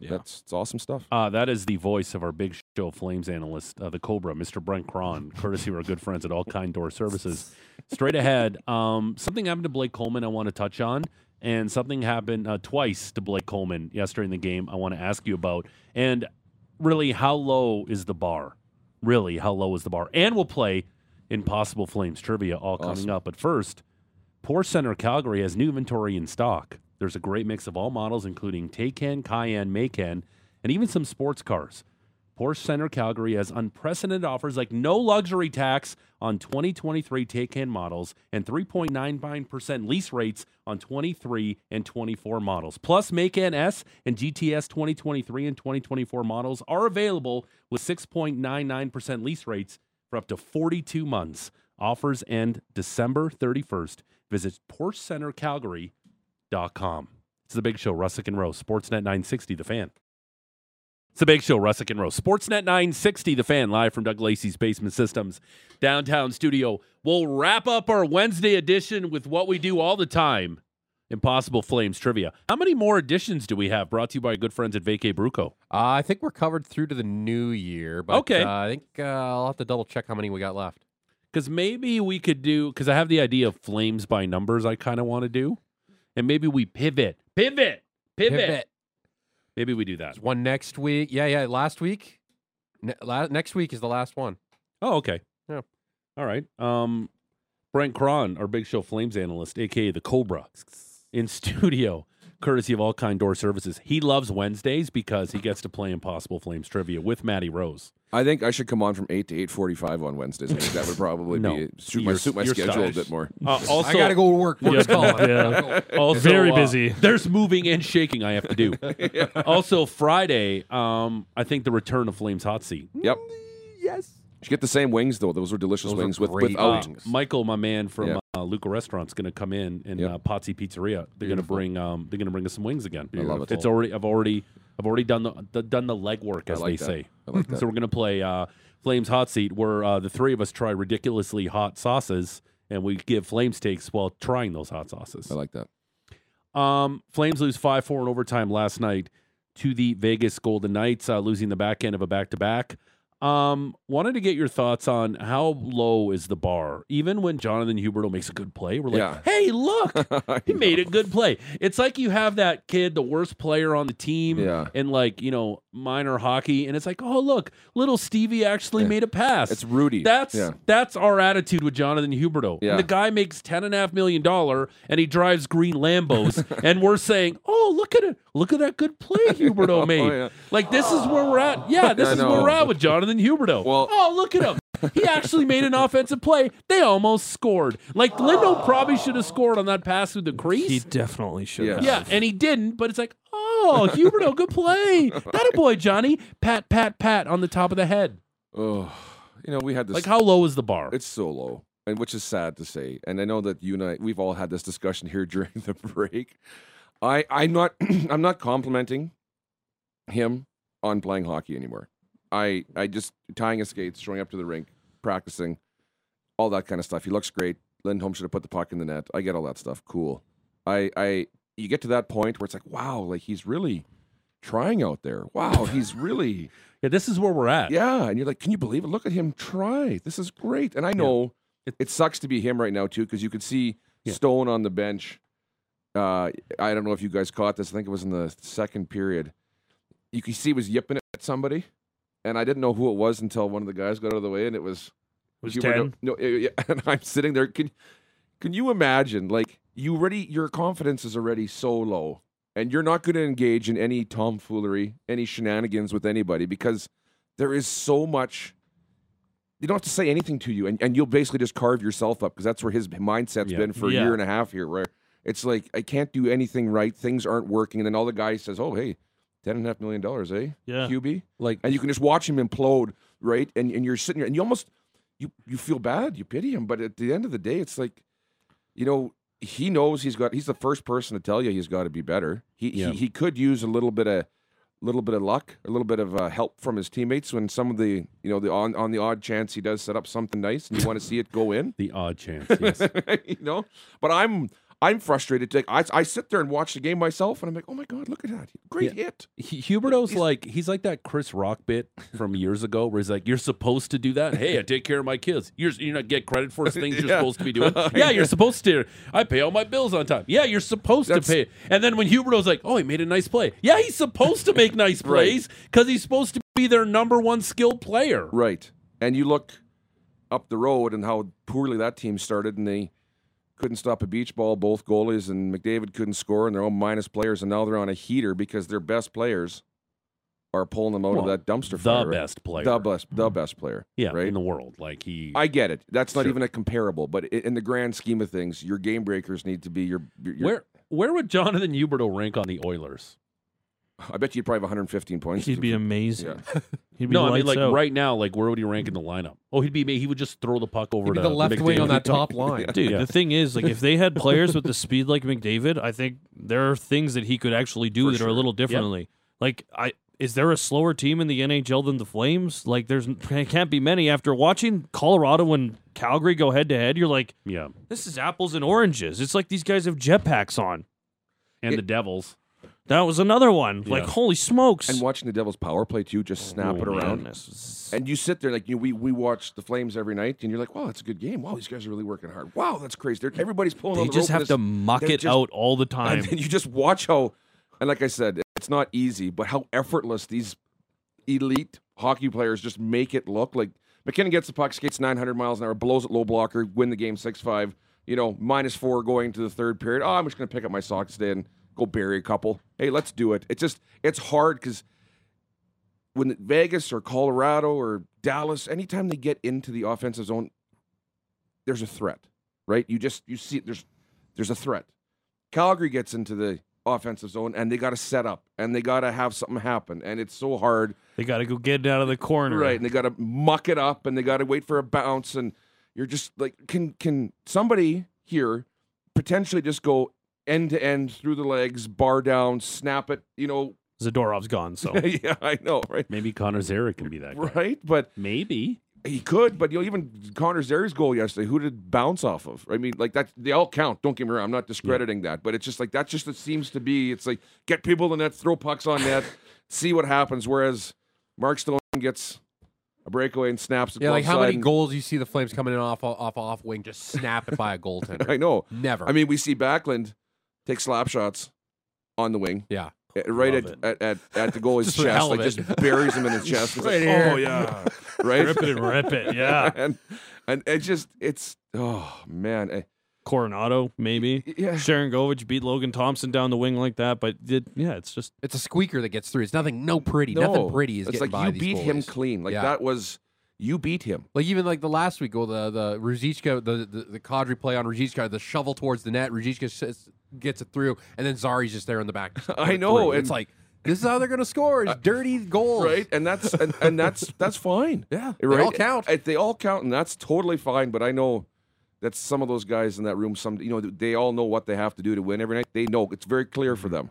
Yeah.
That's it's awesome stuff.
Uh, that is the voice of our big show Flames analyst, uh, the Cobra, Mr. Brent Cron, courtesy of our good friends at All Kind Door Services. Straight ahead, um, something happened to Blake Coleman I want to touch on, and something happened uh, twice to Blake Coleman yesterday in the game I want to ask you about. And really, how low is the bar? Really, how low is the bar? And we'll play Impossible Flames trivia all coming
Awesome.
up. But first, Poor Center Calgary has new inventory in stock. There's a great mix of all models, including Taycan, Cayenne, Macan, and even some sports cars. Porsche Center Calgary has unprecedented offers like no luxury tax on 2023 Taycan models and 3.99% lease rates on 23 and 24 models. Plus, Macan S and GTS 2023 and 2024 models are available with 6.99% lease rates for up to 42 months. Offers end December 31st. Visit PorscheCenterCalgary.com. It's the Big Show, Russick and Rose, Sportsnet 960, The Fan. It's the Big Show, Russick and Rose, Sportsnet 960, The Fan, live from Doug Lacey's Basement Systems downtown studio. We'll wrap up our Wednesday edition with what we do all the time. Impossible Flames trivia. How many more editions do we have? Brought to you by our good friends at VK Bruco.
Uh, I think we're covered through to the new year, but
Okay.
uh, I think uh, I'll have to double check how many we got left.
Because maybe we could do, because I have the idea of flames by numbers I kind of want to do. And maybe we pivot, pivot, pivot. Maybe we do that.
There's one next week. Yeah, yeah. Last week. Ne- la- next week is the last one.
Oh, okay.
Yeah.
All right. Um, Brent Cron, our Big Show Flames analyst, aka the Cobra, in studio, courtesy of All Kind Door Services. He loves Wednesdays because he gets to play Impossible Flames trivia with Maddie Rose.
I think I should come on from eight to eight forty-five on Wednesdays. I think that would probably
No.
be suit my
You're-
suit my
you're
schedule
stuck.
a bit more.
Uh, also,
I gotta go to work. Work's
Yeah.
calling.
Yeah.
Gotta go.
also,
very
uh,
busy.
there's moving and shaking I have to do. Also, Friday, um, I think the return of Flames Hot Seat.
Yep. Yes. You get the same wings though. Those were delicious
Those are
wings with
great
without.
wings.
Uh, Michael, my man from
Yeah.
uh, Luca Restaurant's going to come in and
Yep.
uh, Potsy Pizzeria. They're going to bring um, they're going to bring us some wings again.
I love it.
It's already I've already I've already done the, the done the legwork as
like
they
that.
say.
I like that.
So we're going to play uh, Flames Hot Seat, where uh, the three of us try ridiculously hot sauces, and we give flame steaks while trying those hot sauces.
I like that.
Um, Flames lose 5 4 in overtime last night to the Vegas Golden Knights, uh, losing the back end of a back to back. Um, wanted to get your thoughts on how low is the bar? Even when Jonathan Huberto makes a good play, we're like,
Yeah.
hey, look,
I
he made
know.
a good play. It's like you have that kid, the worst player on the team,
Yeah.
in like, you know, minor hockey, and it's like, oh, look, little Stevie actually made a pass.
Eh, It's Rudy.
That's
yeah.
that's our attitude with Jonathan Huberto.
Yeah.
And the guy makes ten and a half million dollar and he drives green Lambos, and we're saying, "Oh, look at it! Look at that good play Huberto made!
yeah.
Like this is where we're at. Yeah, this
I
is where
know.
we're at with Jonathan Huberto.
Well-
oh, look at him! He actually made an offensive play. They almost scored. Like Lindo probably should have scored on that pass through the crease.
He definitely should.
Yeah.
have.
yeah, and he didn't. But it's like, oh, Huberto, good play. That a boy, Johnny. Pat, pat, pat on the top of the head.
Oh, you know, we had this.
Like how low is the bar?
It's so low, and which is sad to say. And I know that you and I, we've all had this discussion here during the break. I, I'm not, I'm not complimenting him on playing hockey anymore. I, I just tying his skates, showing up to the rink, practicing, all that kind of stuff. He looks great. Lindholm should have put the puck in the net. I get all that stuff. Cool. I, I, you get to that point where it's like, wow, like he's really trying out there. Wow, he's really
yeah, this is where we're at.
yeah, and you're like, can you believe it? Look at him try. This is great. And I know
It-
it, sucks to be him right now too, because you could see
Yeah.
Stone on the bench. Uh, I don't know if you guys caught this. I think it was in the second period. You could see he was yipping at somebody, and I didn't know who it was until one of the guys got out of the way, and it was
It was
you were
10.
No, no, yeah, yeah, and I'm sitting there. Can can you imagine? Like you already, your confidence is already so low, and you're not going to engage in any tomfoolery, any shenanigans with anybody because there is so much. You don't have to say anything to you, and, and you'll basically just carve yourself up because that's where his mindset's
Yeah.
been for
Yeah.
a year and a half here, where it's like I can't do anything right, things aren't working, and then all the guy says, "Oh, hey, ten and a half million dollars, eh?
Yeah.
QB."
Like
and you can just watch him implode, right? And and you're sitting there, and you almost you you feel bad, you pity him, but at the end of the day, it's like, you know, he knows he's got. He's the first person to tell you he's got to be better. He,
Yeah.
he he could use a little bit of little bit of luck, a little bit of uh, help from his teammates when some of the you know the on on the odd chance he does set up something nice and you want to see it go in,
The odd chance. Yes.
you know. But I'm. I'm frustrated. Like I, I sit there and watch the game myself, and I'm like, "Oh my god, look at that! Great hit!"
He- Huberto's like he's like that Chris Rock bit from years ago, where he's like, "You're supposed to do that. Hey, I take care of my kids. You're you're not get credit for things you're
Yeah.
supposed to be doing. Yeah, you're supposed to. I pay all my bills on time. Yeah, you're supposed
That's-
to pay. And then when Huberto's like, "Oh, he made a nice play. Yeah, he's supposed to make nice
Right.
plays because he's supposed to be their number one skilled player.
Right. And you look up the road and how poorly that team started, and they couldn't stop a beach ball, both goalies, and McDavid couldn't score, and they're all minus players, and now they're on a heater because their best players are pulling them out
Well,
of that dumpster
The
fire. right?
best player. Mm-hmm.
The best, the best player.
yeah,
right?
in the world. Like he.
I get it. That's not
Sure.
even a comparable, but i- in the grand scheme of things, your game breakers need to be your. your, your-
where where would Jonathan Huberto rank on the Oilers?
I bet you'd probably have 115 points.
He'd be amazing. He'd be
No, I mean
lights
like
out.
right now, like where would he rank in the lineup? Oh, he'd be he would just throw the puck over
he'd be
to
the left wing
McDavid.
on that top line.
Dude,
Yeah.
the thing is, like, if they had players with the speed like McDavid, I think there are things that he could actually do
For
that are a
sure.
little differently. Like, I is there a slower team in the NHL than the Flames? Like, there's can't be many. After watching Colorado and Calgary go head to head, you're like,
Yeah,
this is apples and oranges. It's like these guys have jetpacks on.
and the Devils.
That was another one. Like,
Yeah.
holy smokes!
And watching the Devils power play too, just snap
Oh,
it around.
man, this is-
And you sit there like you we we watch the Flames every night, and you're like, wow, that's a good game. Wow, these guys are really working hard. Wow, that's crazy. They're, everybody's pulling.
They
on the
just
rope
have
this-
to muck
they're
it
just-
out all the
And
time.
then you just watch how, and like I said, it's not easy, but how effortless these elite hockey players just make it look. Like McKinnon gets the puck, skates 900 miles an hour, blows it low blocker, win the game six five. You know, minus four going to the third period. Oh, I'm just gonna pick up my socks today and go bury a couple. Hey, let's do it. It's just it's hard because when Vegas or Colorado or Dallas, anytime they get into the offensive zone, there's a threat, right? You just you see there's there's a threat. Calgary gets into the offensive zone and they got to set up and they got to have something happen and it's so hard,
they got to go get it out of the corner.
right? And they got to muck it up and they got to wait for a bounce and you're just like, can can somebody here potentially just go end to end through the legs, bar down, snap it? You know,
Zadorov's gone, so
yeah, I know, right?
Maybe Connor Zary can be that guy.
Right, but
Maybe.
He could, but you know, even Connor Zeri's goal yesterday, who did bounce off of? I mean, like that they all count. Don't get me wrong, I'm not discrediting that, but it's just like that's just it seems to be. It's like get people in the net, throw pucks on net, see what happens. Whereas Mark Stone gets a breakaway and snaps it.
Yeah,
to
like how
offside
many
and-
goals you see the Flames coming in off off off wing just snap it by a goaltender.
I know.
Never.
I mean, we see Backlund take slap shots on the wing.
yeah.
eh, Right
Love
at, at, at, at the goalie's
Just for the
chest,
hell of
like
it.
just buries him in his chest. It's like,
here.
Oh yeah,
right?
rip it and rip it. Yeah,
and and it just it's oh man, eh,
Coronado maybe.
yeah.
Sharon Govich beat Logan Thompson down the wing like that, but it, yeah, it's just
It's a squeaker that gets through. It's nothing no pretty.
No,
Nothing pretty is
it's like
getting by
you
these
beat
goalies.
him clean. Like
Yeah.
that was You beat him.
Like even like the last week, goal, the the Ruzicka, the the, the Kadri play on Ruzicka, the shovel towards the net, Ruzicka s- gets it through, and then Zari's just there in the back. just
I
put it
know,
through.
and-
it's like this is how they're gonna score is dirty goals,
right? And that's and, and that's that's fine.
Yeah, they
right?
all count.
Uh, they all count, and that's totally fine. But I know that some of those guys in that room, some you know, they all know what they have to do to win every night. They know it's very clear for them.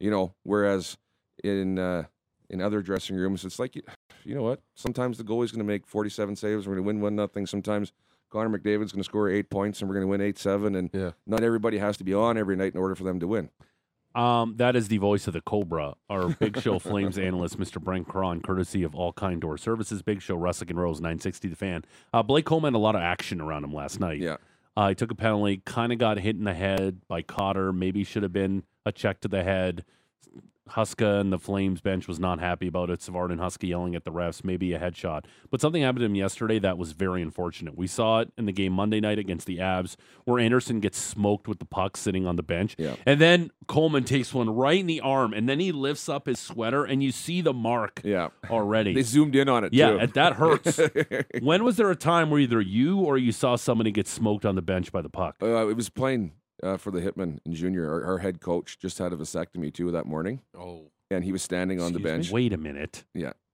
You know, whereas in uh, in other dressing rooms, it's like you, you know what? Sometimes the goalie's going to make forty-seven saves. We're going to win one nothing. Sometimes. Connor McDavid's going to score eight points, and we're going to win eight seven. And
Yeah.
not everybody has to be on every night in order for them to win.
Um, that is the voice of the Cobra, our Big Show Flames analyst, Mr. Brent Cron, courtesy of All Kind Door Services. Big Show, Russick and Rose, 960 The Fan. Uh, Blake Coleman, a lot of action around him last night.
Yeah.
Uh, he took a penalty, kind of got hit in the head by Cotter. Maybe should have been a check to the head. Huska and the Flames bench was not happy about it. Savard and Huska yelling at the refs, maybe a headshot. But something happened to him yesterday that was very unfortunate. We saw it in the game Monday night against the Abs, where Anderson gets smoked with the puck sitting on the bench.
Yeah.
And then Coleman takes one right in the arm, and then he lifts up his sweater, and you see the mark
Yeah,
already.
they zoomed in on it.
yeah,
too.
and that hurts. when was there a time where either you or you saw somebody get smoked on the bench by the puck?
Uh, it was playing uh, for the Hitman in junior. Our, our head coach just had a vasectomy too that morning,
Oh,
and he was standing on the bench.
Wait a minute.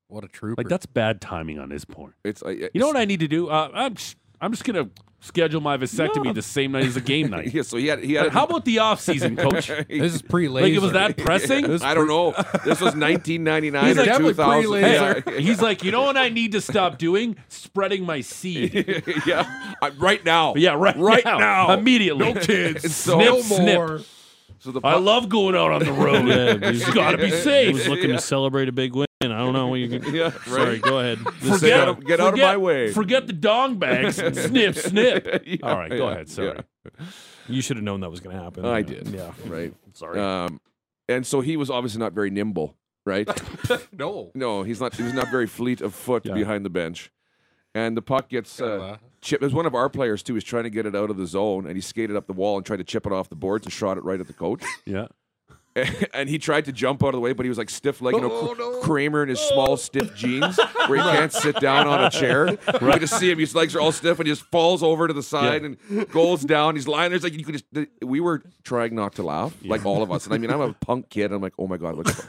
what a trooper!
Like that's bad timing on his part.
It's uh,
You know what I need to do? Uh, I'm just, I'm just gonna schedule my vasectomy the same night as the game night.
Yeah, so he had he had.
How about the off season, coach? like
this is pre laser.
it was that pressing.
I don't know. This was 1999
He's
or
definitely
2000.
pre-laser.
Yeah,
He's like, you know what I need to stop doing? Spreading my seed.
yeah. I- right now.
Yeah, right.
Right
now,
now.
immediately. No kids.
So-
snip,
No
snip.
So the
I
puck-
love going out on the road.
Yeah,
It's
he's-
got to be
He
safe.
was looking to celebrate a big win. I don't know. You can,
Yeah, right.
Sorry, go ahead. This-
Forget- out of- get out of my
forget-
way.
Forget the dong bags. snip, snip.
Yeah,
All right, go
yeah,
ahead. Sorry.
you should have known that was going to happen.
yeah. I did.
Yeah.
Right.
Sorry.
Um, and so he was obviously not very nimble, right?
no.
No, he's not. He was not very fleet of foot
Yeah.
behind the bench, and the puck gets uh, chip. It was one of our players too. He's trying to get it out of the zone, and he skated up the wall and tried to chip it off the boards and shot it right at the coach.
yeah.
and he tried to jump out of the way, but he was like stiff leg, you
Oh,
know, Kr- Kramer in his small stiff jeans, where he can't sit down on a chair. You can just see him; his legs are all stiff, and he just falls over to the side and goes down. He's lying there. It's like you could just. th- We were trying not to laugh, like all of us. And I mean, I'm a punk kid. I'm like, oh my god, what's h-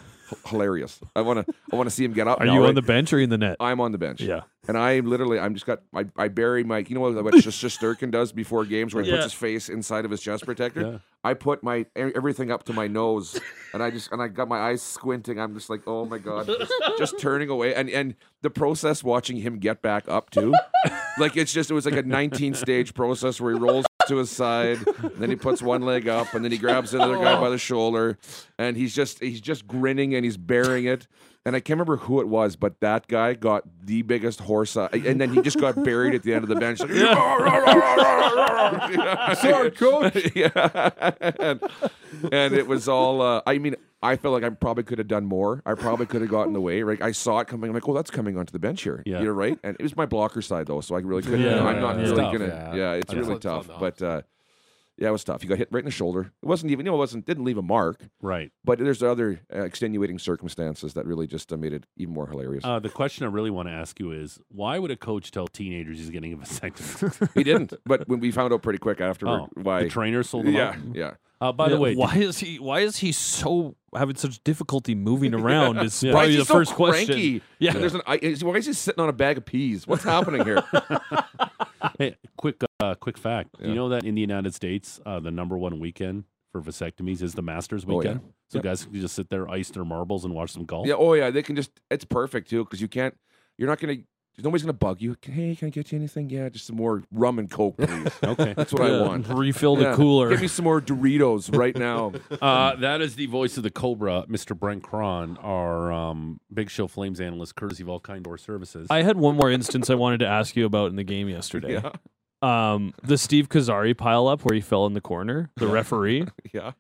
hilarious! I want to. I want to see him get up.
Are
now,
you on
right?
the bench or in the net?
I'm on the bench.
Yeah.
And I am literally, I'm just got, I, I bury my, you know what, what Sh- Shosturkin does before games where he puts his face inside of his chest protector? I put my, e- everything up to my nose and I just, and I got my eyes squinting. I'm just like, oh my God, just, just turning away. And, and the process watching him get back up too, like it's just, it was like a 19 stage process where he rolls to his side, and then he puts one leg up, and then he grabs another guy by the shoulder, and he's just he's just grinning and he's bearing it. And I can't remember who it was, but that guy got the biggest horse, eye, and then he just got buried at the end of the bench. Like,
Sorry, coach.
yeah. and, and it was all. Uh, I mean, I felt like I probably could have done more. I probably could have gotten away. Right? I saw it coming. I'm like, oh, that's coming onto the bench here.
Yeah.
You're right. And it was my blocker side though, so I really couldn't.
Yeah,
I'm not really
yeah,
it's tough.
gonna. Yeah,
Yeah.
it's
Yeah.
really
It's on
tough.
the
But uh, yeah, it was tough. You got hit right in the shoulder. It wasn't even. You know, it wasn't. Didn't leave a mark.
Right.
But there's other uh, extenuating circumstances that really just uh, made it even more hilarious.
Uh, the question I really want to ask you is why would a coach tell teenagers he's getting a vasectomy?
he didn't. But when we found out pretty quick afterward
oh,
why.
the trainer sold them
yeah,
out?
yeah.
Uh, by
Yeah,
the way,
why is he? Why is he so having such difficulty moving around? Is
Yeah.
Why
probably
is he
the
so
first
cranky?
question. Yeah.
There's an, I, is- why is he sitting on a bag of peas? What's happening here?
Oh.
hey, quick, uh, quick fact.
Yeah.
You know that in the United States, uh, the number one weekend for vasectomies is the Masters
Oh, yeah.
weekend. So guys can just sit there, ice their marbles, and watch some golf.
yeah. Oh yeah. They can just. It's perfect too because you can't. You're not gonna. Nobody's gonna bug you. Hey, can I get you anything? Yeah, just some more rum and coke, please.
Okay.
That's what I
Yeah,
want.
Refill the
Yeah.
cooler.
Give me some more Doritos right now.
Uh, that is the voice of the Cobra, Mr. Brent Cron, our um, Big Show Flames analyst, courtesy of All Kind Door Services.
I had one more instance I wanted to ask you about in the game yesterday. Um, the Steve Kazari pile up where he fell in the corner, the referee.
Yeah.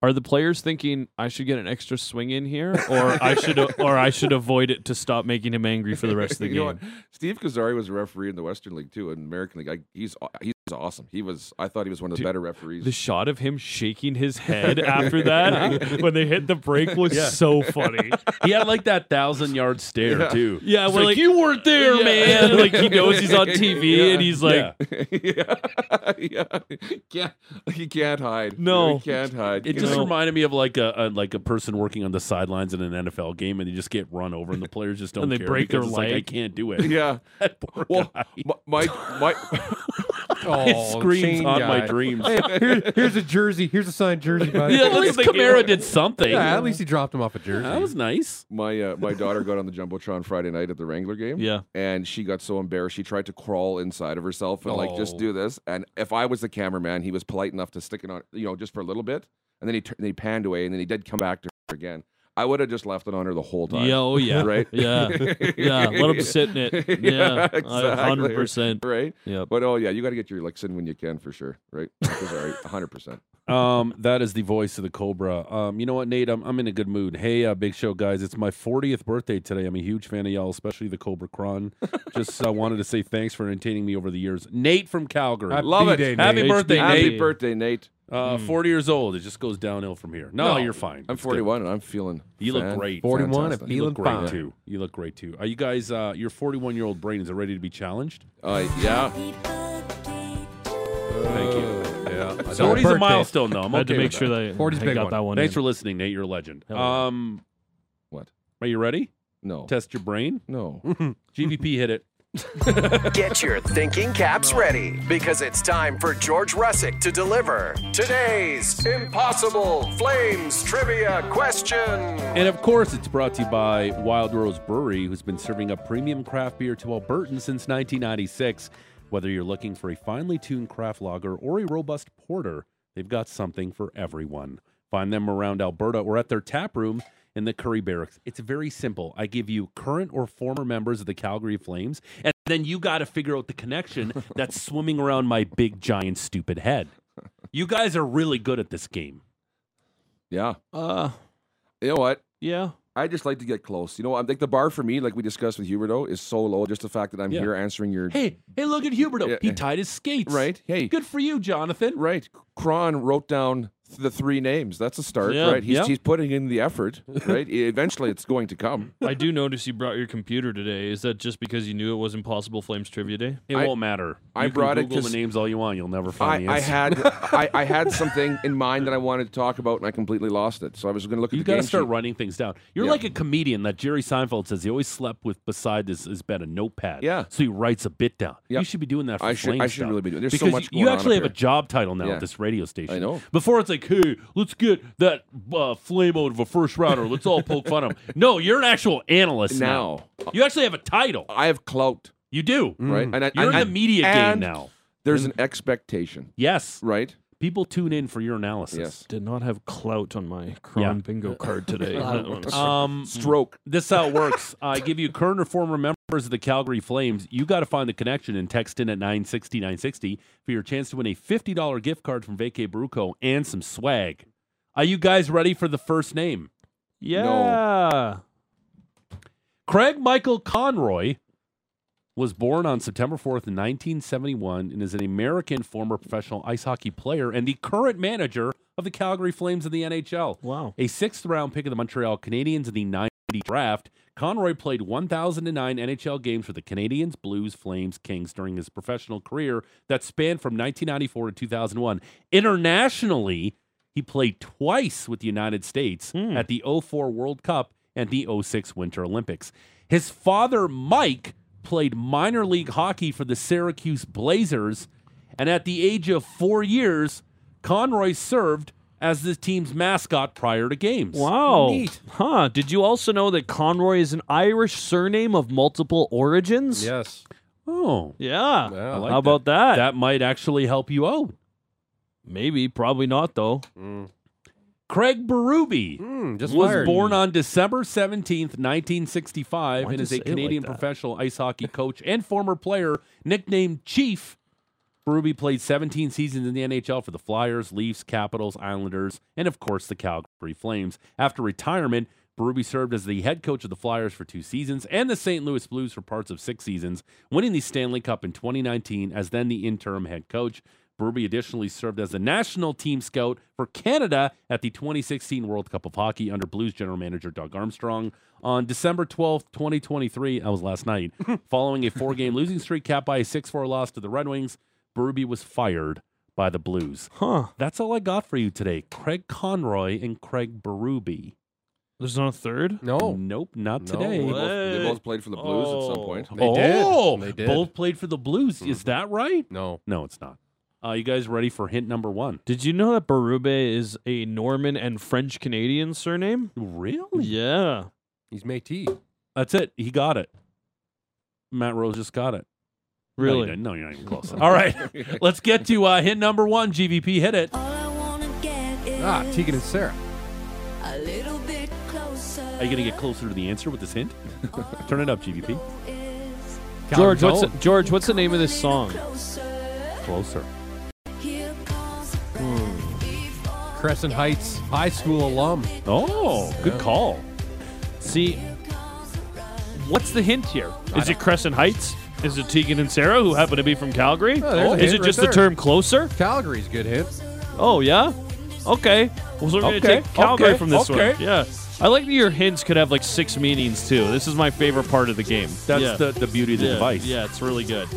Are the players thinking I should get an extra swing in here or I should or I should avoid it to stop making him angry for the rest of the
you
game?
know what? Steve Kazari was a referee in the Western League too, in the American League. I, he's he's awesome. He was. I thought he was one of the better referees.
The shot of him shaking his head after that when they hit the break was so funny.
He had like that thousand yard stare too.
Yeah,
It's
we're like,
you weren't there,
Yeah.
man.
like he knows he's on TV
Yeah.
and he's like,
Yeah.
yeah, yeah. Can't, he can't hide.
No.
he can't hide.
It
You
just
know?
reminded me of like a, a like a person working on the sidelines in an NFL game, and you just get run over, and the players just don't.
And they
care
break their
because it's like, I
leg.
can't do it.
yeah.
That poor
Well,
guy.
m- Mike, Mike.
Oh,
It screams
chain
on my
guy.
dreams.
Here- here's a jersey. Here's a signed jersey, buddy.
yeah,
yeah,
at least Camaro did something.
at least he dropped him off a jersey.
that was nice.
my uh, my daughter got on the jumbotron Friday night at the Wrangler game.
Yeah.
and she got so embarrassed she tried to crawl inside of herself and like just
Oh.
do this. And if I was the cameraman, he was polite enough to stick it on, you know, just for a little bit, and then he tur- then he panned away, and then he did come back to her again. I would have just left it on her the whole time.
yeah, oh yeah,
Right?
yeah, yeah. Let him sit in it.
Yeah,
Yeah,
exactly.
hundred percent.
Right,
Yep.
but oh yeah, you got to get your licks in when you can for sure, right? Sorry, hundred percent.
Um, that is the voice of the Cobra. Um, you know what, Nate? I'm, I'm in a good mood. Hey, uh, Big Show guys, it's my 40th birthday today. I'm a huge fan of y'all, especially the Cobra Kron. Just uh, wanted to say thanks for entertaining me over the years. Nate from Calgary.
Happy
Love it.
day,
Happy
Nate.
birthday,
Happy
Nate.
birthday, Nate!
uh, 40 years old. It just goes downhill from here. No, you're fine.
I'm
It's good.
41 and I'm feeling.
You look
fan-
great.
41 and
fantastic.
You
feeling
look great
fine.
too. You look great too. Are you guys? Uh, your 41 year old brain is it ready to be challenged?
Uh, yeah.
Thank you. Yeah.
So
40's a
birthday.
milestone though. I'm
I had
okay
to make
with
sure
that.
that
Forty's
I
big
got
one.
that one.
Thanks
in.
for listening, Nate. You're a legend.
Hell yeah.
Um,
What?
are you ready?
No.
Test your brain.
No.
GVP hit it.
Get your thinking caps ready because it's time for George Russick to deliver today's Impossible Flames Trivia Question.
And of course, it's brought to you by Wild Rose Brewery, who's been serving up premium craft beer to Albertans since 1996. Whether you're looking for a finely tuned craft lager or a robust porter, they've got something for everyone. Find them around Alberta or at their tap room in the Curry Barracks. It's very simple. I give you current or former members of the Calgary Flames, and then you got to figure out the connection that's swimming around my big, giant, stupid head. You guys are really good at this game.
Yeah.
Uh,
You know what?
yeah.
I just like to get close. You know, I'm like the bar for me, like we discussed with Huberto, is so low. Just the fact that I'm
Yeah.
here answering your
Hey, hey, look at Huberto.
Yeah.
He tied his skates.
right. Hey,
Good for you, Jonathan.
right. Kron wrote down th- the three names. That's a start,
Yeah,
right? He's
yeah.
he's putting in the effort, right? E- Eventually, it's going to come.
I do notice you brought your computer today. Is that just because you knew it was Impossible Flames Trivia Day?
It
I-
won't matter.
I
You can
brought it
Google
'cause
the names all you want. You'll never find
I,
the
I
answer.
had I, I had something in mind that I wanted to talk about, and I completely lost it. So I was going to look at
you
the
got
game
to start
sheet.
running things down. You're
Yeah.
like a comedian that Jerry Seinfeld says he always slept with beside his, his bed a notepad.
Yeah.
So he writes a bit down.
Yeah.
You should be doing that. For
I should-
Flame
I should
stuff.
really be doing- there's so
because
much
you, you
going on
actually
up
have a
here.
job title now
Yeah.
at this radio station.
I know.
Before it's like, hey, let's get that uh, flame out of a first rounder. Let's all poke fun of him. No, you're an actual analyst now.
Now.
You actually have a title.
I have clout,
You do.
right? And I,
Mm. You're in
I-
the media game
and
now. Mm.
There's an expectation,
Yes.
right?
People tune in for your analysis.
Yes.
Did not have clout on my Kron
Yeah.
bingo card today.
Um,
Stroke.
this is how it works. I give you current or former members of the Calgary Flames. You got to find the connection and text in at 960 960 for your chance to win a $50 gift card from VK Bruco and some swag. Are you guys ready for the first name?
yeah.
Craig Michael Conroy was born on September 4th, 1971, and is an American former professional ice hockey player and the current manager of the Calgary Flames in the NHL.
Wow.
A sixth round pick of the Montreal Canadiens in the 90 draft, Conroy played 1,009 NHL games for the Canadiens, Blues, Flames, Kings during his professional career that spanned from 1994 to 2001. Internationally, he played twice with the United States at the 04 World Cup and the 06 Winter Olympics. His father, Mike, played minor league hockey for the Syracuse Blazers, and at the age of four years, Conroy served as the team's mascot prior to games.
Wow. Huh. Did you also know that Conroy is an Irish surname of multiple origins?
Yes.
Oh,
Yeah.
Yeah. I
like
How about that?
that might actually help you out.
Maybe, probably not though.
Craig Berube
Mm, just
was
fired.
born on December 17th, 1965,
Why'd
and
you
is
say
a
it like
Canadian
that?
professional ice hockey coach and former player, nicknamed Chief. Berube played 17 seasons in the NHL for the Flyers, Leafs, Capitals, Islanders, and of course the Calgary Flames. After retirement, Berube served as the head coach of the Flyers for two seasons and the St. Louis Blues for parts of six seasons, winning the Stanley Cup in 2019 as then the interim head coach. Berube additionally served as the national team scout for Canada at the 2016 World Cup of Hockey under Blues general manager Doug Armstrong. On December 12th, 2023, that was last night, following a four game losing streak capped by a 6 4 loss to the Red Wings, Berube was fired by the Blues.
Huh.
That's all I got for you today. Craig Conroy and Craig Berube.
There's not a third?
No,
Nope, not
No.
today.
They both, they
What?
both played for the Blues at some point.
They did.
Oh.
They did. Mm-hmm.
Both played for the Blues. Is that right?
no.
No, it's not. Uh, you guys ready for hint number one?
Did you know that Barube is a Norman and French Canadian surname? Hmm.
Really?
Yeah.
He's Métis.
That's it. He got it. Matt Rose just got it. No, you
Really?
didn't. No, you're not even close. All right. Let's get to uh, hint number one. GVP, hit it.
All I wanna get is
Ah, Tegan and Sarah.
a little bit closer.
Are you going to get closer to the answer with this hint? Turn it up, GVP.
George, what's the,
Calvin
George, what's the name of this song?
Closer.
Hmm.
Cohen. Crescent Heights High School alum.
Oh, good call.
See, what's the hint here? Is it Crescent Heights? Is it Tegan and Sarah, who happen to be from Calgary?
Oh, there's a
is
hint
it
right
just
there.
the term closer?
Calgary's a good hit.
Oh, yeah? Okay. Well, so we're going to
Okay,
take Calgary
okay,
from this one.
okay.
Yeah. I like that your hints could have like six meanings, too. This is my favorite part of the game.
That's
Yeah.
the, the beauty of the
yeah.
device.
Yeah, it's really good.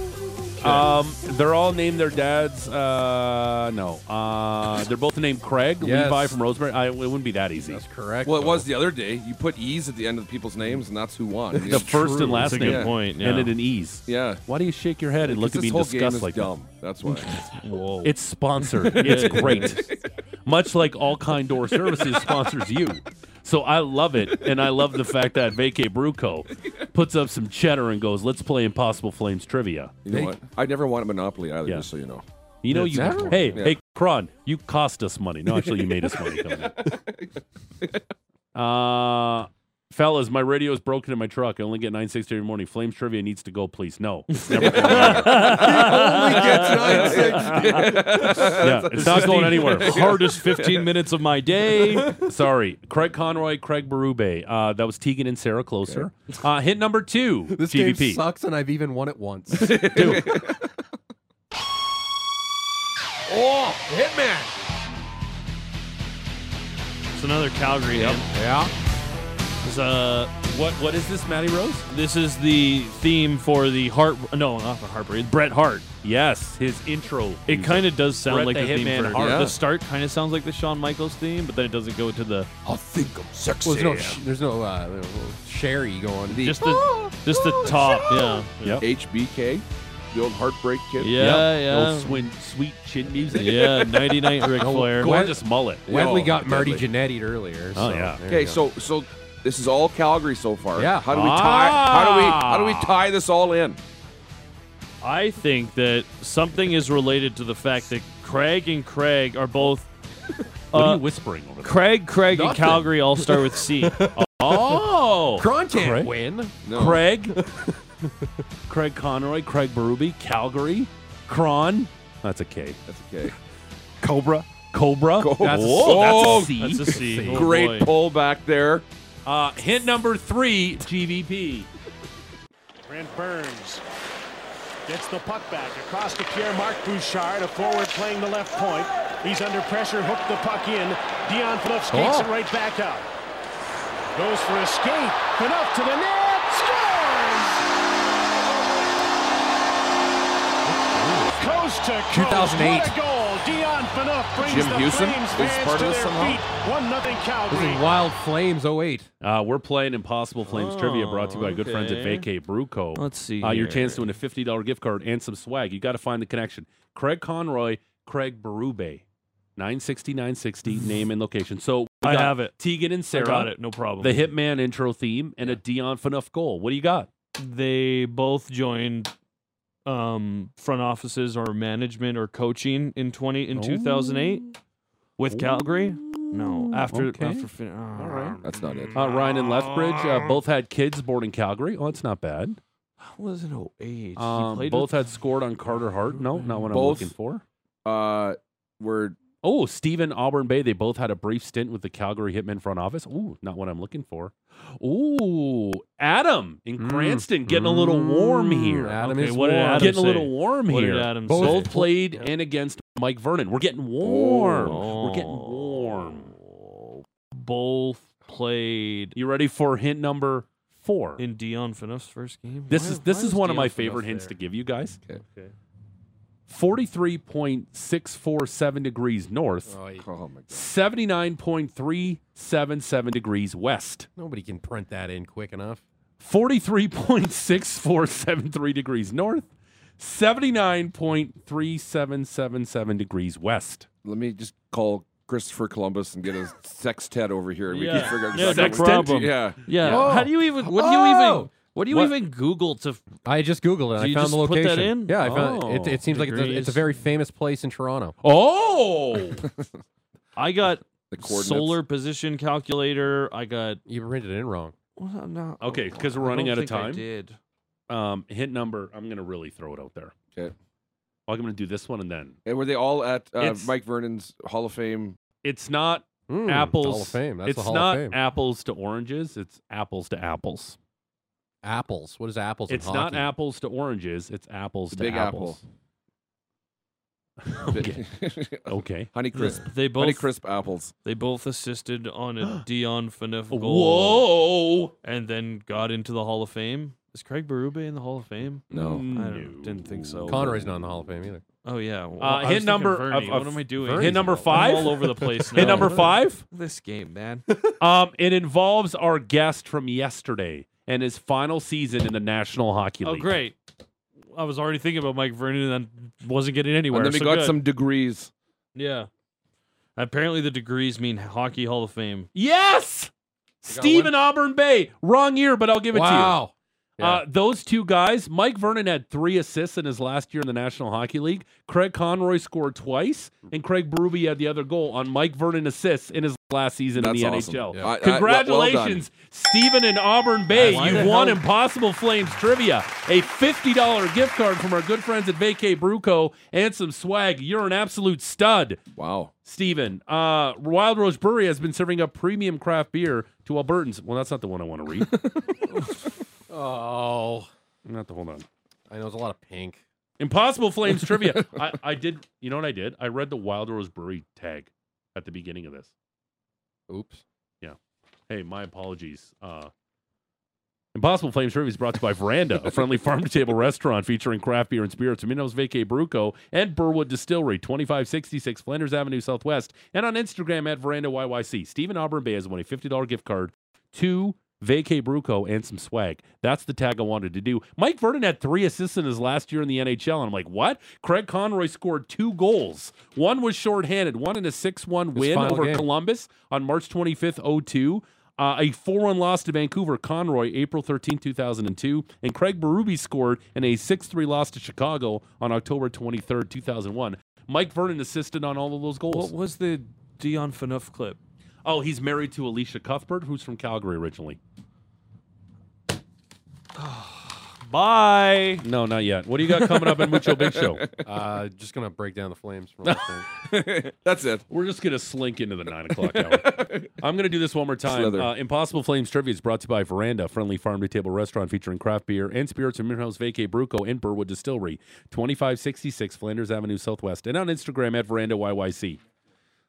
Um, they're all named their dads. Uh, no, uh, they're both named Craig
Yes.
Levi from Rosemary. I, it wouldn't be that easy.
That's correct.
Well, it
though.
was the other day. You put E's at the end of the people's names, and that's who won.
the first and last
That's a
name
good point. Yeah.
ended in e's.
Yeah.
Why do you shake your head and look
Because
at me
this
in
whole game
disgust like
is
that?
dumb. That's why.
Whoa.
It's sponsored. It's great. Much like All Kind Door Services sponsors you. So I love it, and I love the fact that Vacay Bruco puts up some cheddar and goes, "Let's play Impossible Flames trivia."
You know what? I never want a Monopoly either,
Yeah.
just so you know.
You know,
That's
you
terrible.
hey
Yeah.
hey Kron, you cost us money. No, actually, you made us money. Coming in. Uh, fellas, my radio is broken in my truck. I only get nine sixty every morning. Flames trivia needs to go, please. No, it's never going anywhere. yeah, it's not going anywhere.
hardest 15 minutes of my day.
Sorry, Craig Conroy, Craig Berube. Uh, that was Tegan and Sarah Closer. Uh, hit number two.
This
GVP.
game sucks, and I've even won it once. oh, Hitman.
It's another Calgary hit.
Yeah.
It's, uh,
What what is this, Matty Rose?
this is the theme for the Hart. No, not for Harper. It's Bret Hart.
Yes, his intro.
It kind of does sound
Bret
like
Mm. the
the, theme
Hitman
for
Hart.
Yeah.
The start kind of sounds like the Shawn Michaels theme, but then it doesn't go to the
I think I'm sexy. Well, there's no, sh- there's no uh, Sherry going.
The
just the just the top. Yeah.
Yep.
HBK, the old Heartbreak Kid.
Yeah,
Yep.
yeah.
Little swin- sweet chin music.
Yeah, 99 Ric
Oh,
Flair.
Gorgeous mullet.
Wendley
Oh,
got Marty
deadly.
Jannetty earlier.
Oh,
so
yeah.
there you
Okay,
go.
so so this is all Calgary so far.
Yeah.
How do we tie? How do we how do we
Ah.
tie this all in?
I think that something is related to the fact that Craig and Craig are both
What are
Uh,
you whispering over there?
Craig, Craig, and
Nothing.
Calgary all start with C.
Oh,
Cron can't
Craig-
win.
No.
Craig, Craig Conroy, Craig Berube, Calgary, Cron. That's a K.
That's okay.
Cobra, Cobra.
Cobra.
That's, a,
Oh,
that's a C.
That's a C. Oh, boy.
Great pull back there.
Uh, hint number three, GVP.
Brent Burns gets the puck back across to Pierre-Marc Bouchard, a forward playing the left point. He's under pressure, hooked the puck in. Dion Phaneuf skates
Oh.
it right back out. Goes for a skate. Phaneuf to the net. Scores! Coast to coast.
2008.
What a goal. Dion Phaneuf brings
Jim
the
Hewson
Flames
is
fans
part
to
of this
their
somehow?
feet. One nothing
This
Calgary.
is Wild Flames 08.
Uh, we're playing Impossible Flames trivia, brought to you by good friends at
Oh, okay.
Vacay Bruco.
Let's see
Uh, your
here.
chance to win a fifty dollars gift card and some swag. You got to find the connection. Craig Conroy, Craig Berube, nine sixty nine sixty. Name and location. So we
I
got
have it.
Tegan and Sarah.
I got it. No problem.
the Hitman intro theme and a Dion Phaneuf goal. What do you got?
they both joined um, front offices or management or coaching in twenty in two thousand eight with Calgary. No, after
Oh. okay.
after fin- all right.
That's not it.
Uh, Ryan and Lethbridge uh, both had kids born in Calgary. Oh, that's not bad.
was oh in 08?
Um, both had scored on Carter Hart. No, not what I'm
Both-
looking for.
Uh, were
Oh, Stephen Auburn Bay. They both had a brief stint with the Calgary Hitmen front office. Ooh, not what I'm looking for. Ooh, Adam in Cranston getting a little warm here.
Adam
Okay,
is
what did
warm.
Adam
getting a
say?
little warm
What
here.
did Adam
both
say?
played and against Mike Vernon. We're getting warm. We're getting
Oh.
warm.
Both played
You ready for hint number four?
in Dion Phaneuf's first game.
This
Why-
is this
why
is one of
Dion
my
Phaneuf
favorite hints
there?
to give you guys.
Okay.
Okay.
Forty-three point six four seven degrees north,
Oh, yeah.
Oh my god.
seventy-nine point three seven seven degrees west,
Nobody can print that in quick enough.
forty-three point six four seven three degrees north, seventy-nine point three seven seven seven degrees west.
Let me just call Christopher Columbus and get his sextet over here, and we
Yeah.
can figure out
Yeah,
exactly
no
what-
problem.
Yeah.
Yeah.
Oh.
How do you even? What do you even?
Oh.
What do you
What?
even Google to? f-
I just Googled it.
So
I
you
found
just
the
put that
location.
in?
Yeah, I found
Oh.
it. It, it seems like it's a, it's a
Degrees.
very famous place in Toronto.
Oh,
I got
The coordinates.
solar position calculator. I got.
You printed it in wrong.
Well, no.
Okay, 'cause
Oh, I
we're running
don't
out of
think I
time.
did.
um, hint number. I'm gonna really throw it out there.
Okay.
I'm gonna do this one and then
And Eh, were they all at uh,
It's-
Mike Vernon's Hall of Fame?
it's not
Mm,
apples.
Hall of Fame. That's
it's
the Hall
not
of Fame.
apples to oranges. It's apples to apples.
apples. What is apples? in
It's not
hockey?
apples to oranges. It's apples
The
to
Big Apple.
apples. okay. okay.
Honey crisp.
They
Honey
both.
crisp apples.
They both assisted on a Dion Phaneuf goal.
Whoa.
And then got into the Hall of Fame. Is Craig Berube in the Hall of Fame?
No.
I don't, didn't think so.
Conroy's not in the Hall of Fame either.
Oh yeah. Well,
Uh,
I was
hit
thinking
number
Vernie.
of- of-
what am I doing?
Hit number five.
I'm all over the place. Now.
Hit number five.
This game, man.
Um, it involves our guest from yesterday and his final season in the National Hockey
oh
League.
great. I was already thinking about Mike Vernon and then wasn't getting anywhere.
And then we
so
got
good.
some degrees.
Yeah. Apparently the degrees mean Hockey Hall of Fame.
Yes. Steve in Auburn Bay. Wrong year, but I'll give it to you.
wow.
Uh, those two guys, Mike Vernon had three assists in his last year in the National Hockey League. Craig Conroy scored twice,
Hmm.
and Craig Berube had the other goal on Mike Vernon assists in his last season
That's
in the
awesome.
NHL.
Yeah. I- I- well- well done.
Congratulations, Stephen and Auburn Bay.
Why
You've
the
won
hell-
Impossible Flames Trivia, a $50 gift card from our good friends at Vacay Bruco, and some swag. You're an absolute stud.
Wow.
Stephen, uh, Wild Rose Brewery has been serving up premium craft beer to Albertans. Well, that's not the one I want to read.
Oh,
not the hold on.
I know there's a lot of pink.
Impossible Flames trivia. I, I did. You know what I did? I read the Wild Rose Brewery tag at the beginning of this.
Oops.
Hey, my apologies. Uh, Impossible Flames trivia is brought to you by Veranda, a friendly farm to table restaurant featuring craft beer and spirits. Minos Vacay Bruco and Burwood Distillery, 2566 Flanders Avenue Southwest, and on Instagram at Veranda YYC. Stephen Auburn Bay has won a $50 gift card to Vacay Bruco and some swag. That's the tag I wanted to do. Mike Vernon had three assists in his last year in the NHL, and I'm like, what? Craig Conroy scored two goals. One was shorthanded, one in a 6 1 win
final
over
game.
Columbus on March 25th, 02. Uh, a 4 1 loss to Vancouver, Conroy, April 13, 2002. And Craig Berube scored in a 6 3 loss to Chicago on October 23rd, 2001. Mike Vernon assisted on all of those goals.
What was the Dion Phaneuf clip?
Oh, he's married to Alicia Cuthbert, who's from Calgary originally.
Bye.
No, not yet. What do you got coming up in Mucho Big Show?
Uh, just gonna break down the flames. For one thing.
That's it.
We're just going to slink into the nine o'clock hour. I'm going to do this one more time.
Slither.
Uh, Impossible Flames Trivia is brought to you by Veranda, a friendly farm to table restaurant featuring craft beer and spirits from Minerals Vacay Bruco and Burwood Distillery, 2566 Flanders Avenue Southwest, and on Instagram at Veranda YYC.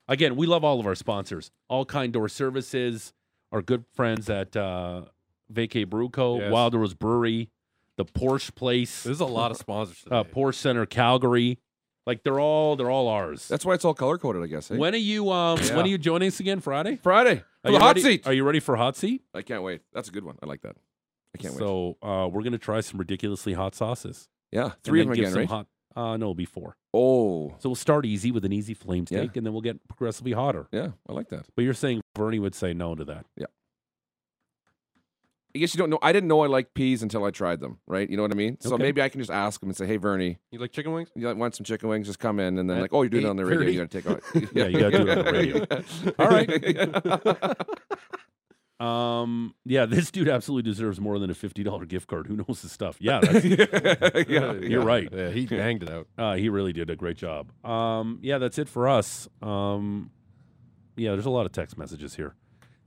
Again, we love all of our sponsors, All Kind Door Services, our good friends at uh, Vacay Bruco,
Yes.
Wild Rose Brewery, the Porsche Place,
There's a lot of sponsors. Today.
uh, Porsche Center Calgary. Like they're all they're all ours.
That's why it's all color coded, I guess. eh?
When are you um
Yeah.
when are you joining us again? Friday?
Friday.
Are
For
you
the hot
ready-
seat.
Are you ready for hot seat?
I can't wait. That's a good one. I like that. I can't wait.
so uh, we're gonna try some ridiculously hot sauces.
Yeah.
and
Three of
then
them
give
again,
some
right?
Hot, uh, no, it'll be four.
Oh.
So we'll start easy with an easy flame
Yeah.
steak, and then we'll get progressively hotter.
Yeah. I like that.
But you're saying Bernie would say no to that.
I guess you don't know. I didn't know I liked peas until I tried them, right? You know what I mean? So
Okay.
maybe I can just ask them and say, hey, Vernie,
You like chicken wings?
you like- want some chicken wings? Just come in. And then, like, oh, you're doing it on the radio. You got to take out.
Yeah, you gotta do it on the radio.
All right.
Um, yeah, this dude absolutely deserves more than a fifty dollar gift card. Who knows his stuff? Yeah, that's,
yeah,
you're right.
Uh, Yeah, he banged it out.
Uh, he really did a great job. Um, yeah, that's it for us. Um, yeah, there's a lot of text messages here.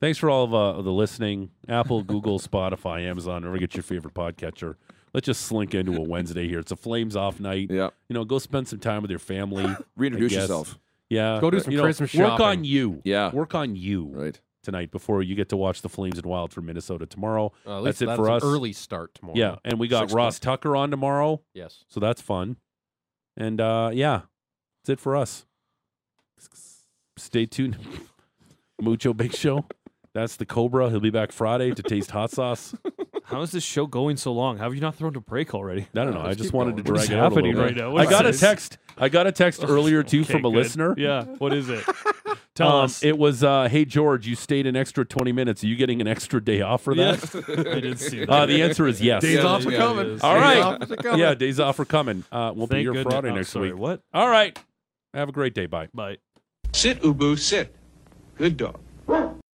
Thanks for all of uh, the listening. Apple, Google, Spotify, Amazon, wherever you get your favorite podcatcher. Let's just slink into a Wednesday here. It's a flames off night.
Yeah.
You know, go spend some time with your family. I
Reintroduce
guess.
yourself.
Yeah. uh,
Go do some
you know,
Christmas
Work
shopping.
on you.
Yeah.
Work on you
Right.
tonight before you get to watch the Flames and Wild from Minnesota tomorrow.
Uh, at
that's
least
it for us.
an Early start tomorrow.
Yeah. And we got
Six
Ross Tucker on tomorrow.
Yes.
So that's fun. And uh, yeah, that's it for us. Stay tuned. Mucho Big Show. That's the Cobra. He'll be back Friday to taste hot sauce.
How is this show going so long? Have you not thrown a break already?
I don't know.
Let's
I just
keep
wanted
going.
to
What
drag
is
it out a
happening
little
right
bit.
now? What
I got a
is this? Oh,
text. I got a text earlier too
Okay,
from a
good.
listener.
Yeah. What is it? Tell
Um,
us.
it was, uh, hey George, you stayed an extra twenty minutes. Are you getting an extra day off for that?
Yes. I did see that.
Uh, the answer is yes.
Days
Yeah,
off are
yeah,
coming.
it is.
All
Days
right.
off are coming.
Yeah, days off are coming. Uh, we'll be
Thank
here
goodness.
Friday
I'm
next
sorry,
week.
What?
All right. Have a great day. Bye.
Bye.
Sit, Ubu, sit. Good dog.